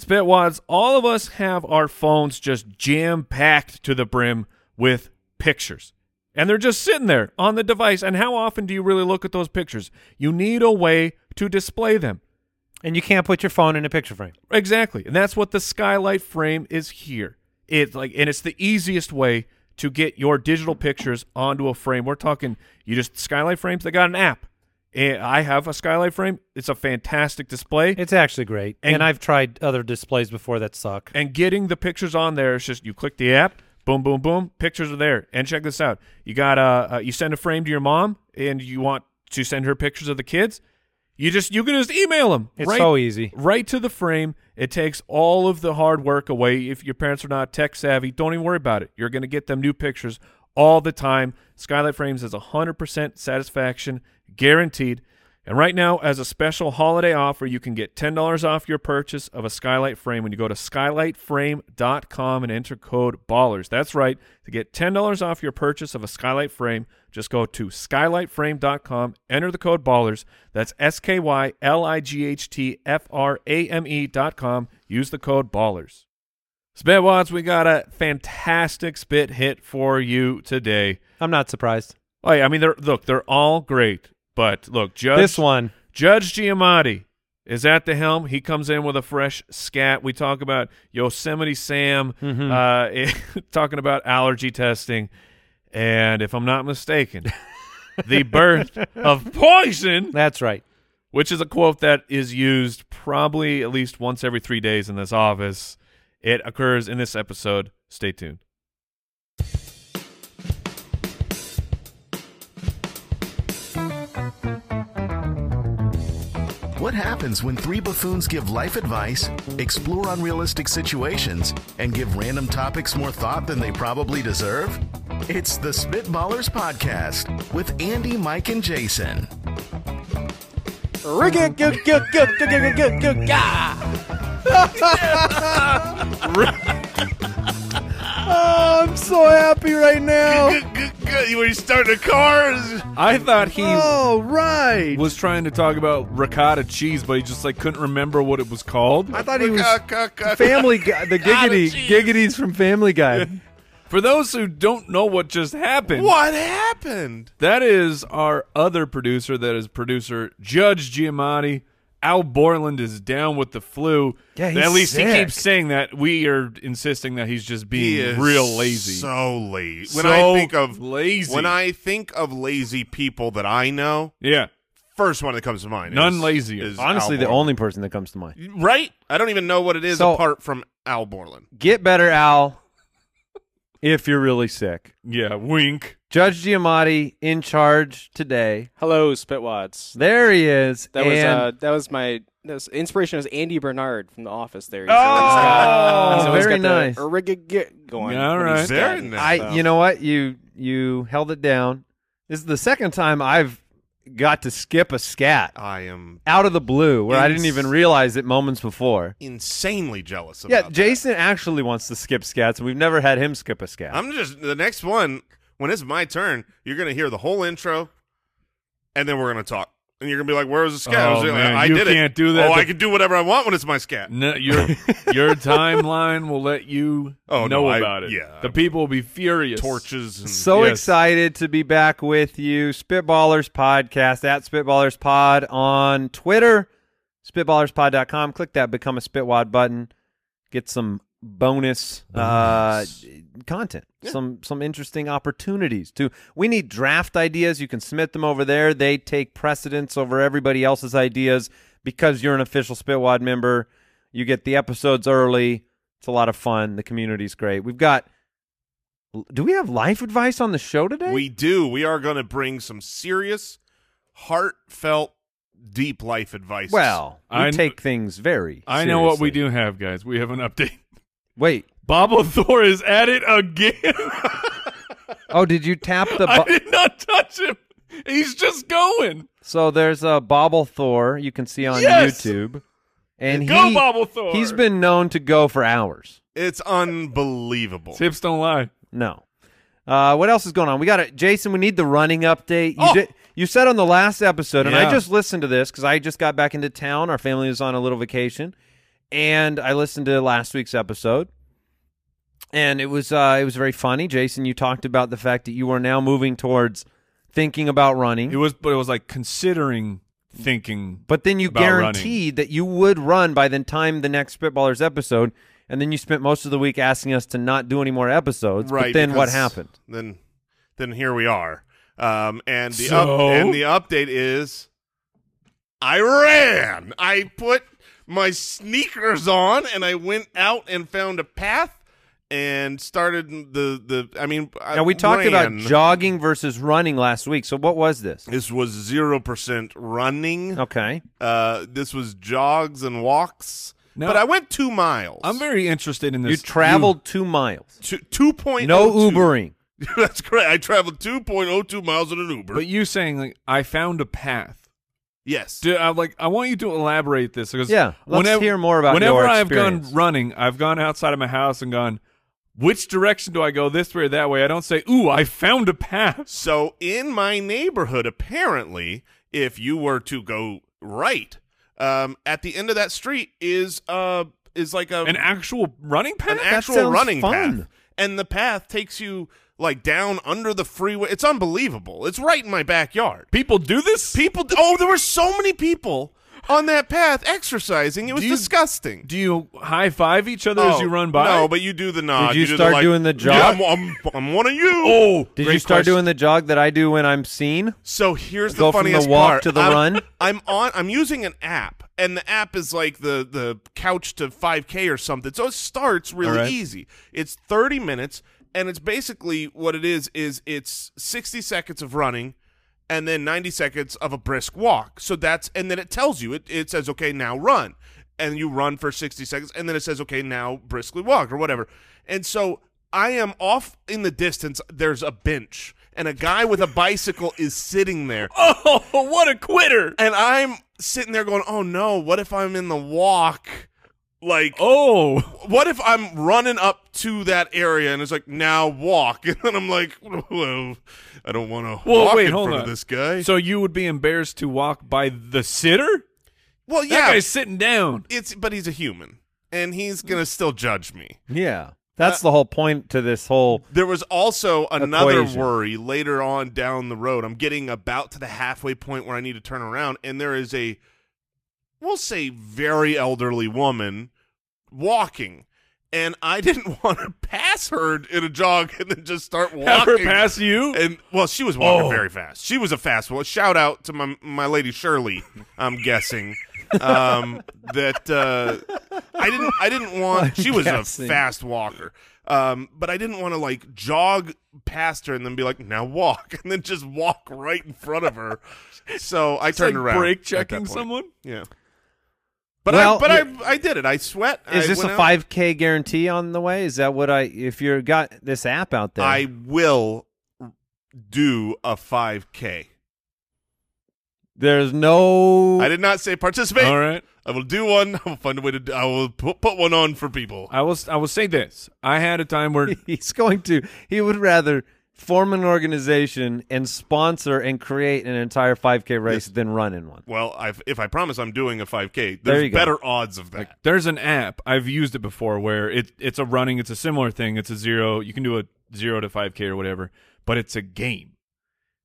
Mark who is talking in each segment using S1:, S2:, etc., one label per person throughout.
S1: Spitwads, all of us have our phones just jam packed to the brim with pictures. And they're just sitting there on the device. And how often do you really look at those pictures? You need a way to display them.
S2: And you can't put your phone in a picture frame.
S1: Exactly. And that's what the skylight frame is here. It's like and it's the easiest way to get your digital pictures onto a frame. We're talking you just skylight frames, they got an app. And I have a skylight frame. It's a fantastic display.
S2: It's actually great. And,
S1: And-
S2: I've tried other displays before that suck.
S1: and getting the pictures on there is just you click the app boom boom boom pictures are there and check this out you got uh, uh you send a frame to your mom and you want to send her pictures of the kids you just you can just email them
S2: It's so easy.
S1: right to the frame it takes all of the hard work away if your parents are not tech savvy don't even worry about it you're going to get them new pictures all the time skylight frames is 100% satisfaction guaranteed and right now, as a special holiday offer, you can get $10 off your purchase of a skylight frame when you go to skylightframe.com and enter code BALLERS. That's right. To get $10 off your purchase of a skylight frame, just go to skylightframe.com, enter the code BALLERS. That's S K Y L I G H T F R A M E.com. Use the code BALLERS. Spitwads, we got a fantastic spit hit for you today.
S2: I'm not surprised.
S1: Oh, yeah, I mean, they're, look, they're all great, but look, Judge.
S2: This one,
S1: Judge Giamatti is at the helm. He comes in with a fresh scat. We talk about Yosemite Sam, uh, talking about allergy testing, and if I'm not mistaken, the birth of poison,
S2: that's right.
S1: which is a quote that is used probably at least once every three days in this office. It occurs in this episode. Stay tuned.
S3: What happens when three buffoons give life advice, explore unrealistic situations, and give random topics more thought than they probably deserve? It's the Spitballers Podcast with Andy, Mike, and Jason.
S2: I'm so happy right now.
S3: Were you starting a car?
S1: I thought he
S2: All right.
S1: was trying to talk about ricotta cheese, but he just like couldn't remember what it was called.
S2: I thought he was Family Guy, the giggity, giggities from Family Guy.
S1: For those who don't know what just happened,
S4: What happened?
S1: that is our other producer. That is producer Judge Giamatti. Al Borland is down with the flu.
S2: Yeah, he's
S1: At least he
S2: sick.
S1: keeps saying that. We are insisting that he's just being
S4: He is
S1: real lazy.
S4: So lazy. When
S1: So
S4: I think of
S1: lazy.
S4: when I think of lazy people that I know,
S1: yeah.
S4: first one that comes to mind.
S1: None
S4: is,
S1: lazier.
S4: is
S2: Honestly,
S4: Al
S2: the
S4: Borland.
S2: only person that comes to mind.
S4: right. I don't even know what it is
S2: So-
S4: apart from Al Borland.
S2: Get better, Al, if you're really sick.
S1: Yeah. Wink.
S2: Judge Giamatti in charge today.
S5: Hello, Spitwads.
S2: There he is.
S5: That was
S2: and-
S5: uh, that was my that was, inspiration was Andy Bernard from The Office. There,
S2: Oh, very nice.
S5: Get going.
S1: Yeah, all
S5: when he's
S1: right.
S4: Very
S5: scatting.
S4: nice.
S2: I,
S5: So-
S2: you know what? You you held it down. This is the second time I've got to skip a scat
S4: I am
S2: out of the blue, where I didn't even realize it moments before.
S4: insanely jealous.
S2: Yeah,
S4: about that.
S2: Jason actually wants to skip scats, and we've never had him skip a scat.
S4: I'm just the next one. When it's my turn, you're gonna hear the whole intro, and then we're gonna talk. And you're gonna be like, "Where was the scat? I
S1: Oh,
S4: was like,
S1: man,
S4: I
S1: you
S4: did
S1: can't
S4: it.
S1: do that.
S4: Oh, I
S1: The-
S4: can do whatever I want when it's my scat.
S1: No, your your timeline will let you
S4: Oh,
S1: know
S4: no, I-
S1: about it.
S4: yeah.
S1: The people will be furious.
S4: Torches. And,
S2: so
S1: Yes.
S2: excited to be back with you. Spitballers Podcast at Spitballers Pod on Twitter, spitballerspod.com. Click that Become a Spitwad button. Get some bonus, Uh, content, some some interesting opportunities to. We need draft ideas. You can submit them over there. They take precedence over everybody else's ideas because you're an official Spitwad member. You get the episodes early. It's a lot of fun. The community's great. We've got do we have life advice on the show today?
S4: We do. We are going to bring some serious, heartfelt deep life advice.
S2: Well, we
S1: I kn-
S2: take things very.
S1: I know what we
S2: seriously.
S1: do have, guys. We have an update.
S2: Wait.
S1: Bob Thor is at it again.
S2: Oh, did you tap the?
S1: I
S2: bu-
S1: did not touch him. He's just going.
S2: So there's a Bobble Thor you can see on
S1: Yes!
S2: YouTube, and
S1: Go,
S2: he,
S1: Bobble Thor!
S2: He's been known to go for hours.
S4: it's unbelievable.
S1: Tips don't lie.
S2: No. Uh, what else is going on? We got it, Jason. We need the running update. You, did- you said on the last episode, and I
S1: Oh! Yeah.
S2: just listened to this because I just got back into town. Our family was on a little vacation, and I listened to last week's episode, and it was uh, it was very funny. Jason, you talked about the fact that you are now moving towards thinking about running,
S1: It was, but it was like considering thinking.
S2: Hmm? But then you
S1: about running.
S2: guaranteed that you would run by the time the next Spitballers episode, and then you spent most of the week asking us to not do any more episodes. But
S4: right.
S2: then what
S4: because
S2: happened?
S4: Then, then here we are. Um, and the up,
S1: So?
S4: and the update is, I ran. I put my sneakers on and I went out and found a path and started the the. I mean, uh, I
S2: Now we talked about
S4: ran.
S2: jogging versus running last week. So what was this?
S4: This was zero percent running.
S2: Okay.
S4: Uh, this was jogs and walks.
S1: No.
S4: but I went two miles.
S1: I'm very interested in this.
S2: You traveled two miles.
S4: two, two point
S2: No
S4: oh two.
S2: Ubering.
S4: That's correct. I traveled two point oh two miles in an Uber.
S1: but you saying like I found a path.
S4: yes,
S1: Dude, I'm like I want you to elaborate this because
S2: Yeah, let's
S1: whenever,
S2: hear more about
S1: whenever
S2: your
S1: I've gone
S2: experience.
S1: running, I've gone outside of my house and gone, which direction do I go? This way or that way? I don't say, ooh, I found a path.
S4: So in my neighborhood, apparently, if you were to go right, um, at the end of that street is uh is like a
S1: An actual running path.
S4: an actual
S2: sounds
S4: running
S2: fun.
S4: path, and the path takes you like down under the freeway. It's unbelievable. It's right in my backyard.
S1: People do this.
S4: People, oh, there were so many people on that path exercising. It was
S1: Do you-
S4: disgusting.
S1: Do you high five each other as
S4: Oh,
S1: you run by?
S4: No, but you do the nod.
S2: Did you
S4: do
S2: start
S4: like,
S2: doing the
S4: "Yeah,
S2: jog?
S4: I'm, I'm, I'm one of you.
S1: oh,
S2: Did
S1: great
S2: you start
S1: question.
S2: doing the jog that I do when I'm seen?
S4: So here's
S2: Go
S4: the
S2: from the
S4: funniest
S2: walk
S4: part.
S2: to the
S4: I'm,
S2: run?
S4: I'm on. I'm using an app, and the app is like the the couch to 5K or something. So it starts really
S1: right.
S4: easy. It's 30 minutes, and it's basically what it is is it's 60 seconds of running, and then 90 seconds of a brisk walk. So that's and then it tells you it it says okay now run, and you run for 60 seconds, and then it says okay now briskly walk or whatever. And so I am off in the distance. There's a bench. And a guy with a bicycle is sitting there.
S1: Oh, what a quitter!
S4: And I'm sitting there going, "Oh no, what if I'm in the walk? Like,
S1: Oh,
S4: what if I'm running up to that area and it's like now walk?" And then I'm like, "Well, I don't want to
S1: well,
S4: walk
S1: wait,
S4: in
S1: hold on.
S4: front of this guy."
S1: So you would be embarrassed to walk by the sitter?
S4: well,
S1: That
S4: yeah,
S1: guy's sitting down.
S4: it's but he's a human and he's gonna still judge me.
S2: Yeah. That's
S4: Uh,
S2: the whole point to this whole.
S4: There was also another
S2: Equation.
S4: worry later on down the road. I'm getting about to the halfway point where I need to turn around, and there is a, we'll say, very elderly woman walking. And I didn't want to pass her in a jog and then just start walking.
S1: Have her pass you?
S4: And well, she was walking
S1: Oh.
S4: very fast. She was a fast one. Shout out to my my lady Shirley. I'm guessing um, that uh, I didn't I didn't want. She was
S2: guessing.
S4: a fast walker, um, but I didn't want to like jog past her and then be like, now walk, and then just walk right in front of her. So I
S1: It's
S4: turned
S1: like
S4: around.
S1: brake
S4: at that
S1: checking
S4: point.
S1: someone.
S4: Yeah. But
S2: Well,
S4: I but
S2: you-
S4: I I did it. I sweat.
S2: Is
S4: I
S2: this
S4: went
S2: a
S4: out.
S2: 5K guarantee on the way? Is that what I. If you've got this app out there.
S4: I will do a 5K.
S2: There's no.
S4: I did not say participate.
S1: All right.
S4: I will do one. I will find a way to. Do, I will put, put one on for people.
S1: I will. I will say this. I had a time where
S2: He's going to. He would rather form an organization and sponsor and create an entire 5K race than run in one.
S4: Well, I've, if I promise I'm doing a 5K, there's
S2: There you go.
S4: better odds of that.
S1: there's an app I've used it before where it it's a running. It's a similar thing. It's a zero. You can do a zero to five k or whatever, but it's a game.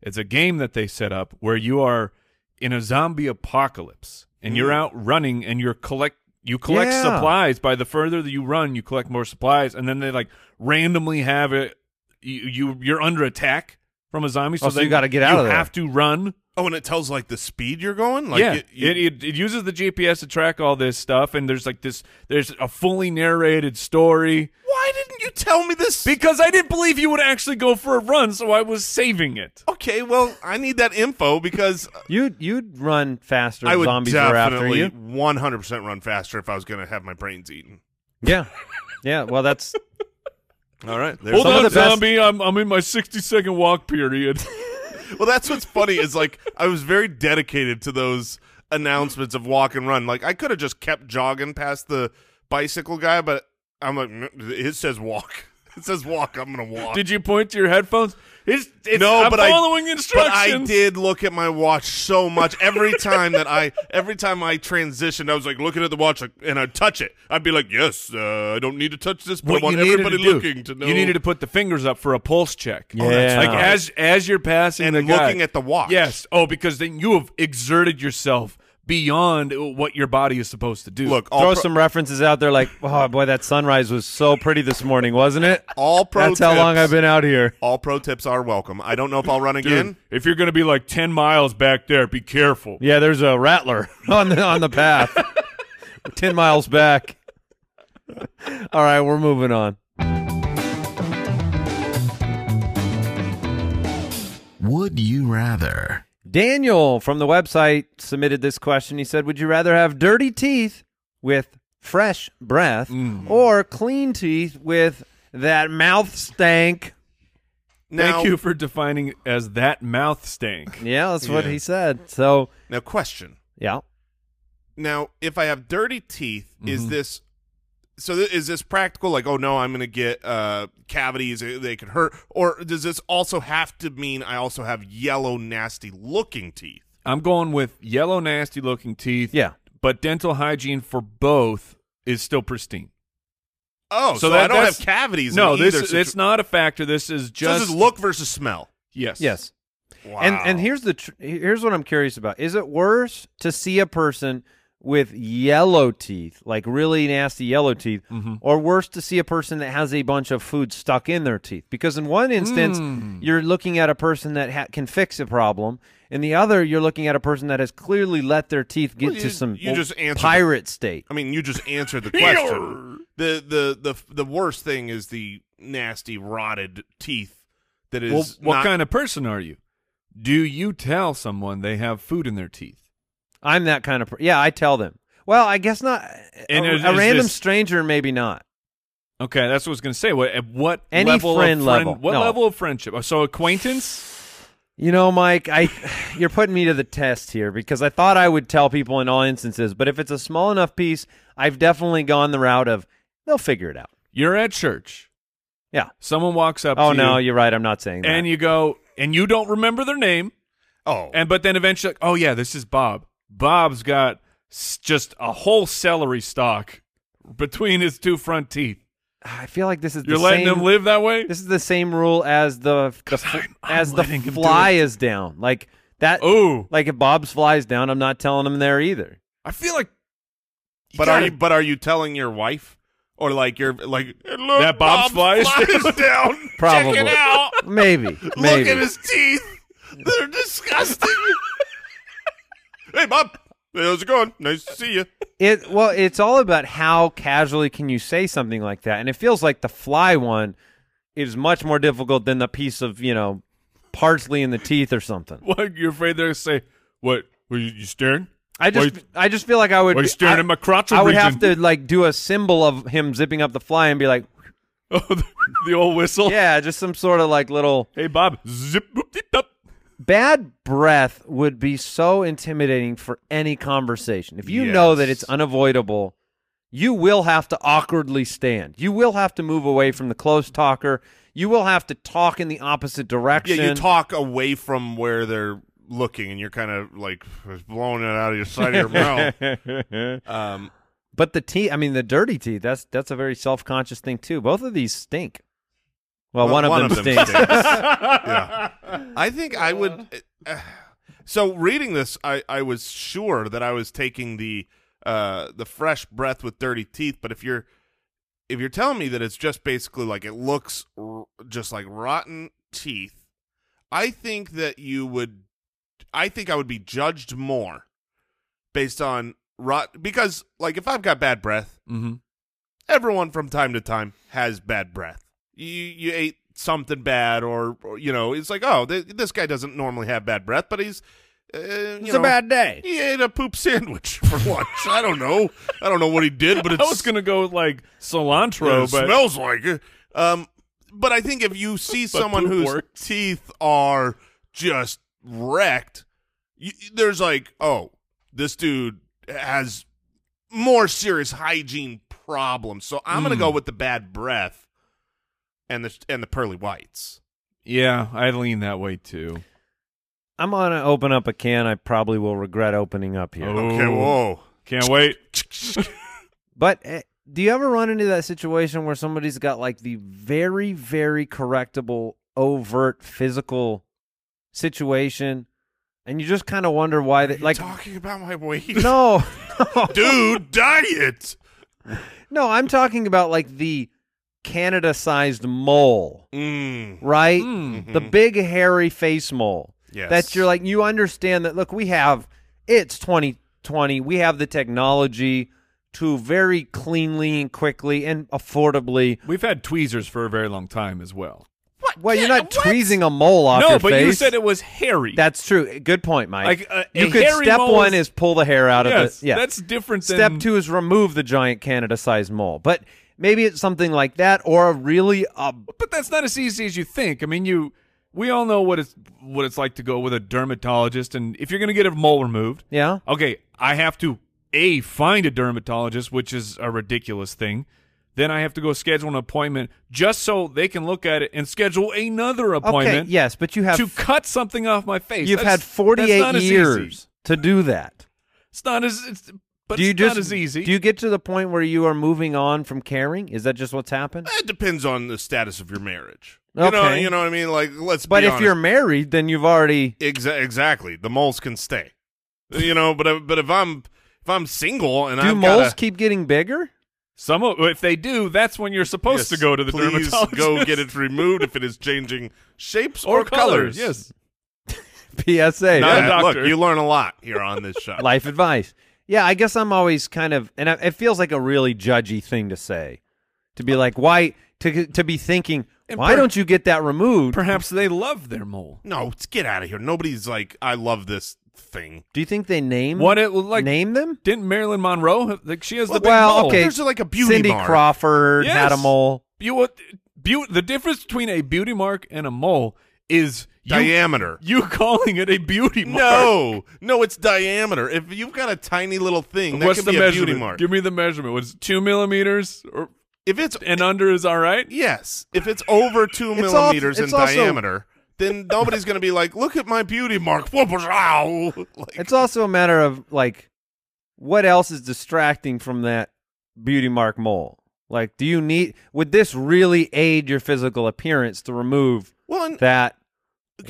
S1: It's a game that they set up where you are in a zombie apocalypse and you're out running and you're collect you collect
S2: Mm. Yeah.
S1: supplies by the further that you run you collect more supplies and then they like randomly have it you, you you're under attack from a zombie so,
S2: Oh, so
S1: then
S2: you gotta get out
S1: you
S2: of there.
S1: have to run
S4: Oh, and it tells like the speed you're going. Like
S1: yeah,
S4: it, you-
S1: it, it it uses the GPS to track all this stuff, and there's like this. There's a fully narrated story.
S4: why didn't you you tell me this?
S1: Because I didn't believe you would actually go for a run, so I was saving it.
S4: okay, well, I need that info because
S2: You you'd run faster.
S4: Uh, I
S2: if
S4: would
S2: zombies were after
S4: definitely
S2: you.
S4: 100% run faster if I was going to have my brains eaten.
S2: Yeah, yeah. Well, that's
S4: All right. There's
S1: Hold
S2: Some of
S1: on,
S2: the best-
S1: zombie. I'm, I'm in my 60 second walk period.
S4: Well, that's what's funny is like I was very dedicated to those announcements of walk and run. Like I could have just kept jogging past the bicycle guy, but I'm like, "Mm, it says walk. It says walk. I'm gonna walk.
S1: Did you point to your headphones? It's, it's,
S4: no,
S1: I'm
S4: but
S1: following
S4: I,
S1: instructions.
S4: But I did look at my watch so much every time that I every time I transitioned, I was like looking at the watch like, and I'd touch it. I'd be like, yes, uh, I don't need to touch this, but
S1: What
S4: I want
S1: you needed
S4: everybody
S1: to do,
S4: looking to know.
S1: You needed to put the fingers up for a pulse check.
S2: Oh, that's Yeah.
S1: like
S2: right.
S1: as as you're passing
S4: And
S1: the guy.
S4: looking at the watch.
S1: Yes. Oh, because then you have exerted yourself beyond what your body is supposed to do.
S4: look. All
S2: throw
S4: pro-
S2: some references out there. Like, oh boy, that sunrise was so pretty this morning, wasn't it?
S4: all pro.
S2: that's how long
S4: tips-
S2: I've been out here.
S4: All pro tips are welcome. I don't know if I'll run
S1: dude,
S4: again.
S1: if you're going to be like ten miles back there, be careful.
S2: Yeah, there's a rattler on the on the path. Ten miles back. All right, we're moving on.
S3: Would you rather?
S2: Daniel from the website submitted this question. He said, "Would you rather have dirty teeth with fresh breath or clean teeth with that mouth stank?"
S4: Now,
S1: Thank you for defining it as that mouth stank.
S2: Yeah, that's what
S4: Yeah.
S2: he said. So,
S4: now question.
S2: yeah.
S4: Now, if I have dirty teeth, is this so? Th- is this practical? Like, oh no, I'm going to get uh, cavities; uh, they could hurt. Or does this also have to mean I also have yellow, nasty-looking teeth?
S1: I'm going with yellow, nasty looking teeth.
S2: Yeah.
S1: But dental hygiene for both is still pristine.
S4: Oh, so, I
S1: that-
S4: don't have
S1: that's-
S4: cavities.
S1: No,
S4: in
S1: this
S4: either situ-
S1: it's not a factor. This is
S4: So
S1: just
S4: this is look versus smell.
S1: Yes.
S2: Yes.
S4: Wow.
S2: And and here's the tr- here's what I'm curious about. Is it worse to see a person with yellow teeth, like really nasty yellow teeth,
S4: Mm-hmm.
S2: or worse to see a person that has a bunch of food stuck in their teeth? Because in one instance,
S4: Mm.
S2: you're looking at a person that ha- can fix a problem, in the other, you're looking at a person that has clearly let their teeth get
S4: Well, you-
S2: to some
S4: you just answered the-
S2: pirate state.
S4: I mean, you just answered the question. the, the the the worst thing is the nasty, rotted teeth. That is
S1: Well, what
S4: not-
S1: kind of person are you? Do you tell someone they have food in their teeth?
S2: I'm that kind of per- yeah. I tell them. Well, I guess not.
S1: And
S2: a,
S1: is-
S2: a
S1: is
S2: random
S1: this-
S2: stranger, maybe not.
S1: Okay, that's what I was going to say. What at what
S2: Any
S1: level
S2: friend
S1: of
S2: level.
S1: What
S2: No.
S1: level of friendship? Oh, So acquaintance?
S2: You know, Mike, I you're putting me to the test here because I thought I would tell people in all instances, but if it's a small enough piece, I've definitely gone the route of they'll figure it out.
S1: You're at church.
S2: Yeah.
S1: Someone walks up
S2: Oh
S1: to
S2: no,
S1: you
S2: you're right. I'm not saying that.
S1: and you go and you don't remember their name
S4: Oh,
S1: and but then eventually oh yeah, this is Bob. Bob's got s- just a whole celery stalk between his two front teeth.
S2: I feel like this is
S1: You're
S2: the
S1: letting
S2: same,
S1: them live that way?
S2: This is the same rule as the, the
S1: 'Cause
S2: fl-
S1: I'm- I'm
S2: as the
S1: letting him do
S2: fly
S1: it.
S2: is down. Like that.
S1: Oh,
S2: Like if Bob's flies down, I'm not telling him there either.
S1: I feel like
S4: But
S1: gotta-
S4: are you but are you telling your wife or like you're like "Hey, look,
S1: That Bob flies down."
S4: down?
S2: Probably.
S4: Check it out.
S2: Maybe.
S4: Look
S2: maybe.
S4: at his teeth. They're disgusting. hey, Bob. Hey, how's it going? Nice to see you.
S2: It well, it's all about how casually can you say something like that, and it feels like the fly one is much more difficult than the piece of you know parsley in the teeth or something.
S1: what you're afraid they're going to say, "What? Were you, you staring?"
S2: I just
S1: Why-
S2: I just feel like I would
S1: why you
S2: be-
S1: staring
S2: I-
S1: at my crotchal
S2: I would have
S1: region?
S2: to like do a symbol of him zipping up the fly and be like,
S1: Oh, the, the old whistle.
S2: yeah, just some sort of like little
S1: Hey, Bob. Zip boop, dip, up.
S2: bad breath would be so intimidating for any conversation. If you know that it's unavoidable, you will have to awkwardly stand. You will have to move away from the close talker. You will have to talk in the opposite direction.
S4: Yeah, you talk away from where they're looking, and you're kind of like blowing it out of your side of your mouth. Um,
S2: but the teeth, I mean, the dirty teeth, that's that's a very self conscious thing, too. Both of these stink. Well,
S4: Well,
S2: one of them stinks.
S4: yeah. I think I would. Uh, so reading this, I, I was sure that I was taking the uh, the fresh breath with dirty teeth. But if you're if you're telling me that it's just basically like it looks r- just like rotten teeth, I think that you would. I think I would be judged more based on rot because like if I've got bad breath,
S1: Mm-hmm.
S4: everyone from time to time has bad breath. You you ate something bad, or, or you know, it's like oh, th- this guy doesn't normally have bad breath, but he's uh, it's
S2: a bad day.
S4: He ate a poop sandwich for lunch. I don't know. I don't know what he did, but it's,
S1: I was gonna go with like cilantro,
S4: it
S1: but
S4: smells like it. Um, but I think if you see
S1: But
S4: someone
S1: poop
S4: whose
S1: works.
S4: teeth are just wrecked, you, there's like, oh, this dude has more serious hygiene problems. So I'm gonna go with the bad breath and the and the pearly whites.
S1: yeah, I lean that way too.
S2: I'm gonna open up a can I probably will regret opening up here.
S1: Oh.
S4: Okay, whoa.
S1: Can't wait.
S2: But eh, do you ever run into that situation where somebody's got like the very, very correctable, overt physical situation, and you just kind of wonder why they like?
S4: Talking about my weight,
S2: No,
S4: dude, diet.
S2: no, I'm talking about like the Canada-sized mole.
S4: Mm.
S2: right? The big hairy face mole.
S4: Yes.
S2: That you're like you understand that look, we have it's 2020. We have the technology to very cleanly and quickly and affordably.
S1: We've had tweezers for a very long time as well.
S2: Well, you're not tweezing a mole off
S1: no,
S2: your
S1: but
S2: face.
S1: you said it was hairy.
S2: That's true. Good point, Mike.
S1: Like, uh, a
S2: you could
S1: hairy
S2: step
S1: mole
S2: one
S1: is-
S2: is pull the hair out
S1: yes,
S2: of it. Yeah.
S1: that's different than
S2: Step two is remove the giant Canada-sized mole. But maybe it's something like that, or a really uh,
S1: But that's not as easy as you think. I mean, you we all know what it's what it's like to go with a dermatologist, and if you're going to get a mole removed,
S2: yeah.
S1: okay, I have to a find a dermatologist, which is a ridiculous thing. Then I have to go schedule an appointment just so they can look at it and schedule another appointment.
S2: Okay, yes, but you have
S1: to cut something off my face.
S2: You've
S1: That's-
S2: had
S1: that's
S2: 48
S1: not as easy.
S2: years to do that.
S1: It's not as. It's, but
S2: do you
S1: it's
S2: just
S1: not as easy.
S2: do you get to the point where you are moving on from caring? Is that just what's happened?
S1: Eh,
S4: That depends on the status of your marriage. You know,
S2: Okay.
S4: you know what I mean. Like, let's.
S2: But
S4: be
S2: if
S4: honest.
S2: you're married, then you've already
S4: Exa- exactly. The moles can stay. You know, but uh, but if I'm if I'm single and
S2: do
S4: I've
S2: moles
S4: gotta-
S2: keep getting bigger?
S1: Some of, if they do, that's when you're supposed
S4: Yes,
S1: to go to the
S4: please
S1: dermatologist.
S4: go get it removed if it is changing shapes or,
S1: or colors. Yes.
S2: PSA.
S1: Not a
S4: Yeah,
S1: doctor.
S4: Look, you learn a lot here on this show.
S2: Life advice. Yeah, I guess I'm always kind of, and I, it feels like a really judgy thing to say, to be like, why to to be thinking,
S1: And
S2: why
S1: per-
S2: don't you get that removed?
S1: Perhaps they love their mole.
S4: no, it's- get out of here. Nobody's like, I love this thing.
S2: do you think they name
S1: What it like?
S2: name them?
S1: Didn't Marilyn Monroe? have- Like she has the big
S2: well,
S1: mole.
S2: okay.
S4: There's like a beauty
S2: Cindy
S4: mark.
S2: Crawford had a
S1: Yes.
S2: mole.
S1: You what? Beau- the difference between a beauty mark and a mole is you,
S4: Diameter.
S1: You calling it a beauty mark?
S4: No, no, it's diameter. If you've got a tiny little thing, that
S1: What's
S4: can
S1: the
S4: be a
S1: measurement?
S4: beauty mark.
S1: Give me the measurement. Was it two millimeters or
S4: If it's
S1: and under is all right?
S4: Yes. If it's over two
S2: It's all-
S4: millimeters
S2: it's
S4: in
S2: also-
S4: diameter, then nobody's going to be like, look at my beauty mark. Whoop, wow. Like,
S2: It's also a matter of like what else is distracting from that beauty mark mole? Like do you need would this really aid your physical appearance to remove
S4: well, and-
S2: that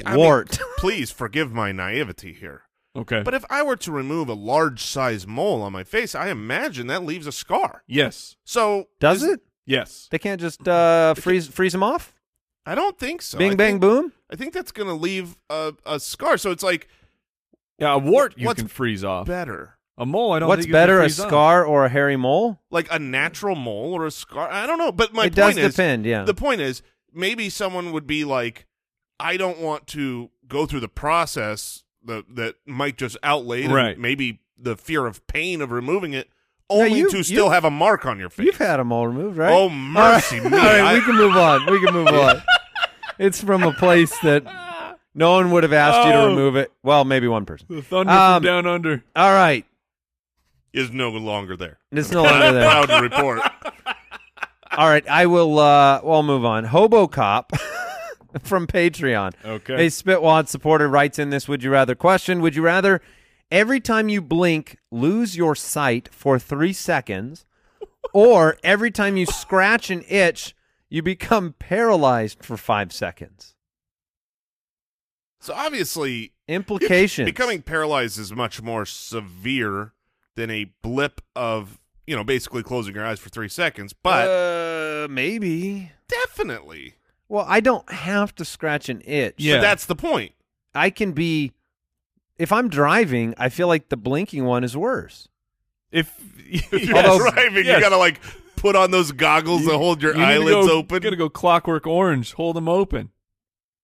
S4: I mean,
S2: wart?
S4: please forgive my naivety here.
S1: Okay.
S4: But if I were to remove a large size mole on my face, I imagine that leaves a scar.
S1: yes.
S4: So
S2: Does it?
S1: Yes.
S2: They can't just uh freeze freeze them off?
S4: I don't think so. I
S2: Bing bang
S4: think-
S2: boom?
S4: I think that's going to leave a, a scar. So it's like
S1: Yeah, a wart you
S4: What's
S1: can freeze
S2: Oh.
S1: off.
S4: better.
S1: A mole, I don't.
S2: What's
S1: think you can
S2: better, a
S1: freeze off.
S2: scar or a hairy mole?
S4: Like a natural mole or a scar. I don't know. But my
S2: it
S4: point
S2: does
S4: is,
S2: depend, yeah.
S4: The point is, maybe someone would be like, "I don't want to go through the process that that Mike just outlaid, and
S1: Right.
S4: Maybe the fear of pain of removing it,
S2: Now,
S4: only
S2: you-
S4: to still
S2: you-
S4: have a mark on your face."
S2: You've had a mole removed, right?
S4: Oh,
S2: All right.
S4: mercy me.
S2: All right,
S4: I-
S2: we can move on. We can move on. It's from a place that no one would have asked you to
S1: Oh.
S2: remove it. Well, maybe one person.
S1: The thunder from
S2: Um,
S1: down under.
S2: All right.
S4: is no longer there.
S2: It's no longer there.
S4: Proud to report.
S2: All right, I will. Uh, well, I'll move on. Hobo Cop from Patreon.
S1: Okay.
S2: a Spitwad supporter writes in this: Would you rather question? Would you rather every time you blink lose your sight for three seconds, or every time you scratch an itch you become paralyzed for five seconds?
S4: So obviously,
S2: Implications.
S4: becoming paralyzed is much more severe than a blip of you know basically closing your eyes for three seconds, but
S2: uh, maybe.
S4: definitely.
S2: Well, I don't have to scratch an itch.
S4: But
S1: Yeah.
S4: that's the point.
S2: I can be if I'm driving, I feel like the blinking one is worse.
S1: If,
S4: If you're
S2: Although-
S4: driving,
S1: yes.
S4: you gotta like put on those goggles that hold your
S1: You need to
S4: eyelids
S1: go-
S4: open.
S1: Gotta go Clockwork Orange. Hold them open.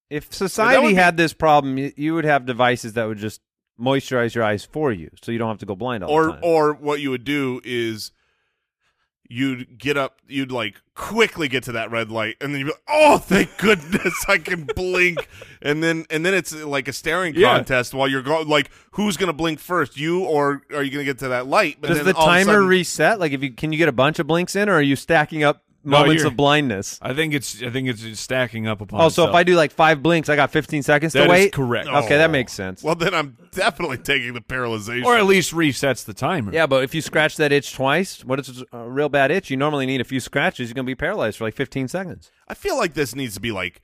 S2: If
S4: would
S2: society
S4: be-
S2: had this problem, you, you would have devices that would just moisturize your eyes for you, so you don't have to go blind all the
S4: or
S2: time.
S4: or what you would do is you'd get up you'd like quickly get to that red light and then you'd be like oh thank goodness i can blink and then and then it's like a staring
S1: Yeah.
S4: contest while you're going like who's gonna blink first you or are you gonna get to that light but
S2: does
S4: then
S2: the
S4: all of a
S2: timer
S4: sudden-
S2: reset? Like, if you can you get a bunch of blinks in, or are you stacking up
S1: No,
S2: moments
S1: you're-
S2: of blindness?
S1: I think it's I think it's just stacking up upon.
S2: Oh, so if
S1: itself.
S2: I do like five blinks, I got 15 seconds
S1: That
S2: to
S1: is
S2: wait.
S1: correct.
S2: Okay,
S4: Oh.
S2: that makes sense.
S4: well then i'm definitely taking the paralyzation
S1: or at least resets the timer.
S2: yeah, but if you scratch that itch twice, what is a real bad itch? You normally need a few scratches. You're gonna be paralyzed for like 15 seconds.
S4: i feel like this needs to be like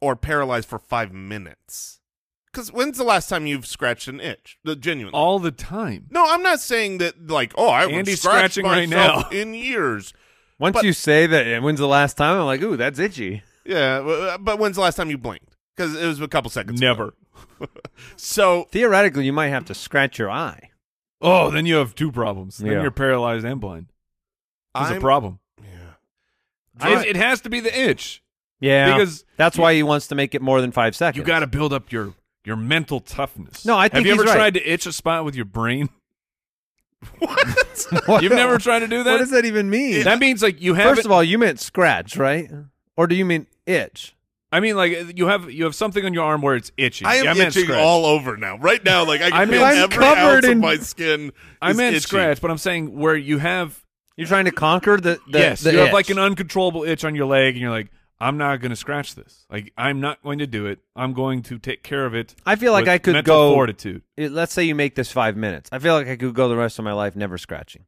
S4: or paralyzed for five minutes because when's the last time you've scratched an itch the genuine
S1: all the time.
S4: No, I'm not saying that. Like, oh, I would
S1: Andy's
S4: scratch
S1: scratching right
S4: myself
S1: now.
S4: in years.
S2: Once
S4: But-
S2: you say that, and when's the last time? I'm like, ooh, that's itchy.
S4: Yeah, w- uh, but when's the last time you blinked? Because it was a couple seconds. ago.
S1: Never.
S4: So
S2: Theoretically, you might have to scratch your eye.
S1: Oh, then you have two problems. Then
S2: Yeah.
S1: you're paralyzed and blind. That's
S4: I'm-
S1: a problem.
S4: I-
S1: It, it has to be the itch.
S2: Yeah,
S1: Because
S2: that's why he wants to make it more than five seconds.
S1: You got to build up your your mental toughness.
S2: No, I
S1: have
S2: think
S1: you
S2: he's
S1: ever
S2: right.
S1: tried to itch a spot with your brain?
S4: what?
S2: What-
S1: You've never tried to do that.
S2: What does that even mean?
S1: That means like you have.
S2: First of all, you meant scratch, right? Or do you mean itch?
S1: I mean like you have you have something on your arm where it's itchy.
S4: I am
S1: Yeah, I meant
S4: itching
S1: scratch.
S4: all over now. Right now, like I can
S1: I mean,
S4: feel
S2: I'm
S4: every
S2: covered
S4: ounce
S2: in-
S4: of my skin.
S1: I
S4: is
S1: meant
S4: itchy.
S1: scratch, but I'm saying where you have
S2: You're trying to conquer the, the
S1: yes,
S2: the
S1: you have
S2: itch.
S1: like an uncontrollable itch on your leg, and you're like, I'm not going to scratch this. Like I'm not going to do it. I'm going to take care of it.
S2: I feel like
S1: with
S2: I could
S1: mental
S2: go-
S1: fortitude.
S2: it- let's say you make this five minutes. I feel like I could go the rest of my life never scratching.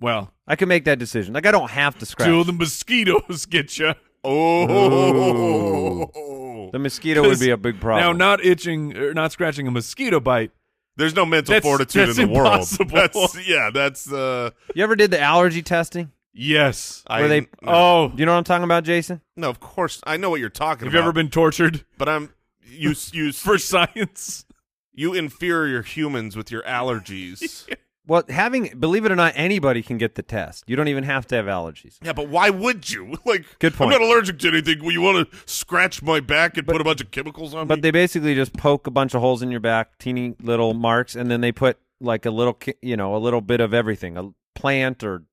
S1: Well,
S2: I could make that decision. Like I don't have to scratch.
S1: till the mosquitoes get you.
S4: Oh,
S2: the mosquito would be a big
S1: Now,
S2: problem.
S1: not itching or not scratching a mosquito bite.
S4: there's no mental
S1: That's-
S4: fortitude
S1: that's
S4: in the
S1: impossible.
S4: world. That's, yeah, that's uh,
S2: you ever did the allergy testing?
S1: Yes.
S4: I-
S2: Where they?
S4: no,
S1: oh,
S2: You know what I'm talking about, Jason?
S4: no, of course I know what you're talking
S1: have
S4: about.
S1: you ever been tortured
S4: But I'm you you
S1: for science?
S4: you inferior humans with your allergies.
S2: Well, having believe it or not, anybody can get the test. You don't even have to have allergies.
S4: Yeah, but why would you? Like,
S2: Good point.
S4: I'm not allergic to anything. Well, you want to scratch my back and put a bunch of chemicals on
S2: But
S4: me?
S2: they basically just poke a bunch of holes in your back, teeny little marks, and then they put like a little, ki- you know, a little bit of everything, a plant or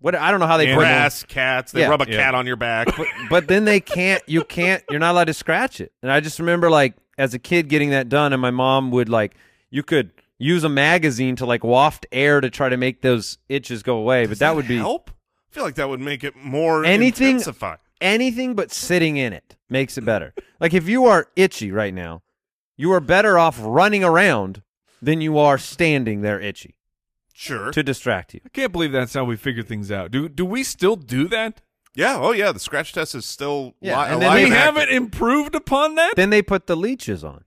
S2: what? I don't know how they put it.
S4: grass, cats. They
S2: Yeah.
S4: rub a
S1: Yeah.
S4: cat on your back.
S2: but then they can't you can't you're not allowed to scratch it and i just remember like as a kid getting that done and my mom would like you could use a magazine to like waft air to try to make those itches go away but that would be
S4: help. I feel like that would make it more
S2: Anything-
S4: intensify.
S2: anything but sitting in it makes it better like if you are itchy right now you are better off running around than you are standing there itchy
S4: Sure.
S2: to distract you
S1: I can't believe that's how we figure things out. Do do we still do that?
S4: yeah. Oh, yeah. The scratch test is still
S2: Yeah,
S4: li-
S2: and then
S4: alive
S1: we
S2: they
S4: and active.
S1: haven't improved upon that.
S2: then they put the leeches on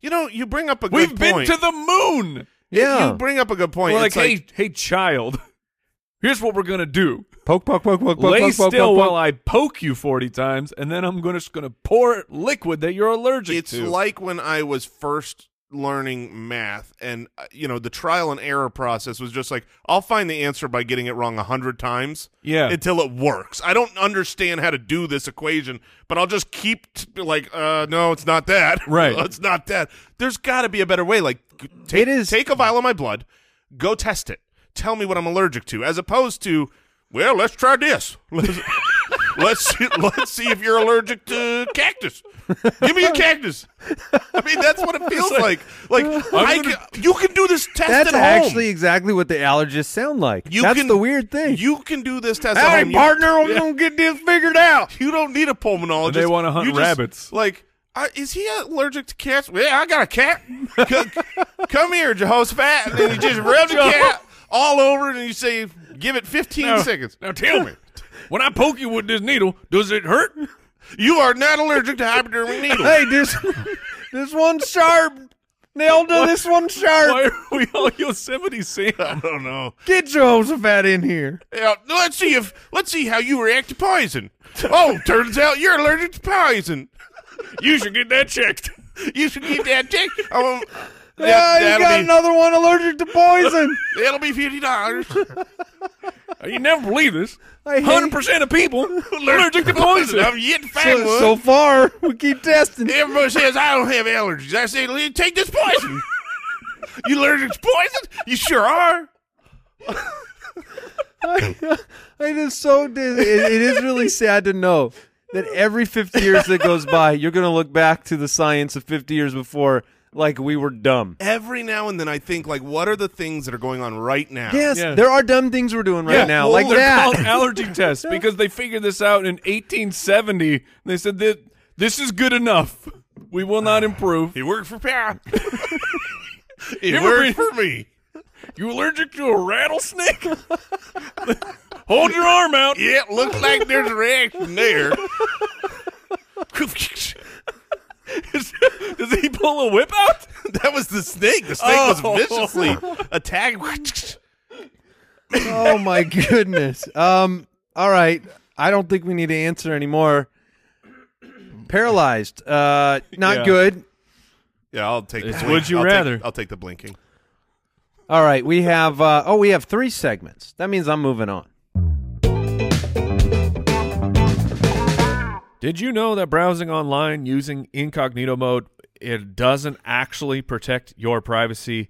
S4: You know, you bring up a good
S1: We've been
S4: point.
S1: to the moon.
S4: You-
S2: yeah
S4: You bring up a good point.
S1: We're like, hey,
S4: It's
S1: hey, child. Here's what we're gonna do.
S2: poke poke poke poke
S1: Lay
S2: poke, poke,
S1: still
S2: poke,
S1: while
S2: poke.
S1: I poke you forty times, and then I'm gonna just gonna pour liquid that you're allergic
S4: it's
S1: to.
S4: like when I was first learning math and uh, you know the trial and error process was just like i'll find the answer by getting it wrong a hundred times
S1: Yeah.
S4: until it works i don't understand how to do this equation but i'll just keep t- like uh no it's not that
S1: Right.
S4: it's not that there's got to be a better way like g- take,
S2: It is-
S4: take a vial of my blood go test it tell me what i'm allergic to as opposed to well let's try this let's let's see, let's see if you're allergic to cactus give me a cactus I mean, that's what it feels like. Like I
S1: gonna-
S4: can, you can do this test
S2: That's
S4: at home.
S2: actually exactly what the allergists sound like.
S4: you
S2: That's
S4: can,
S2: the weird thing.
S4: You can do this test at
S2: Howdy,
S4: home. You-
S2: partner, we're
S4: Yeah.
S2: gonna get this figured out.
S4: You don't need a pulmonologist.
S1: They wanna hunt
S4: You just-
S1: rabbits.
S4: Like, I, is he allergic to cats? Yeah, I got a cat. C- Come here, Jehoshaphat, and then you just rub the cat all over, it and you say, "Give it 15
S1: Now-
S4: seconds."
S1: Now tell me, when I poke you with this needle, does it hurt?
S4: You are not allergic to hypodermic needles.
S2: Hey, this this one's sharp. Nailed to this one's sharp.
S1: Why are we all Yosemite Sam?
S4: I don't know.
S2: Get Jehoshaphat in here.
S4: Yeah, let's see if let's see how you react to poison. Oh, turns out you're allergic to poison.
S1: You should get that checked.
S4: You should get that check. Um, that,
S2: Yeah, Ah, you
S4: that'll
S2: got
S4: be,
S2: another one allergic to poison.
S4: That'll be fifty dollars.
S1: You never believe this.
S2: I hate-
S1: 100% of people allergic to poison.
S4: I'm getting fat
S2: So, so far, we keep testing.
S4: Everybody says I don't have allergies. I say, "Lee, take this poison. you allergic to poison? You sure are.
S2: It is so. It, it is really sad to know that every 50 years that goes by, you're going to look back to the science of 50 years before like we were dumb.
S4: Every now and then, I think like, what are the things that are going on right now?
S2: Yes,
S1: Yeah.
S2: there are dumb things we're doing right
S1: Yeah,
S2: now,
S1: well,
S2: like
S1: they're called
S2: that.
S1: allergy tests because they figured this out in 1870. And they said that this is good enough. We will not improve.
S4: It worked for Pat. it
S1: ever
S4: worked
S1: been-
S4: for me.
S1: You allergic to a rattlesnake? Hold your arm out.
S4: Yeah, it looked like there's a reaction there.
S1: Does he pull a whip out?
S4: that was the snake. The snake
S1: Oh.
S4: was viciously attacked.
S2: oh my goodness. Um. All right. I don't think we need to answer anymore. Paralyzed. Uh. Not
S1: Yeah.
S2: good.
S4: yeah, I'll take. The
S1: It's
S4: blink.
S1: would you
S4: I'll take-
S1: rather.
S4: I'll take the blinking.
S2: All right. We have. Uh, oh, we have three segments. That means I'm moving on.
S1: Did you know that browsing online using incognito mode it doesn't actually protect your privacy?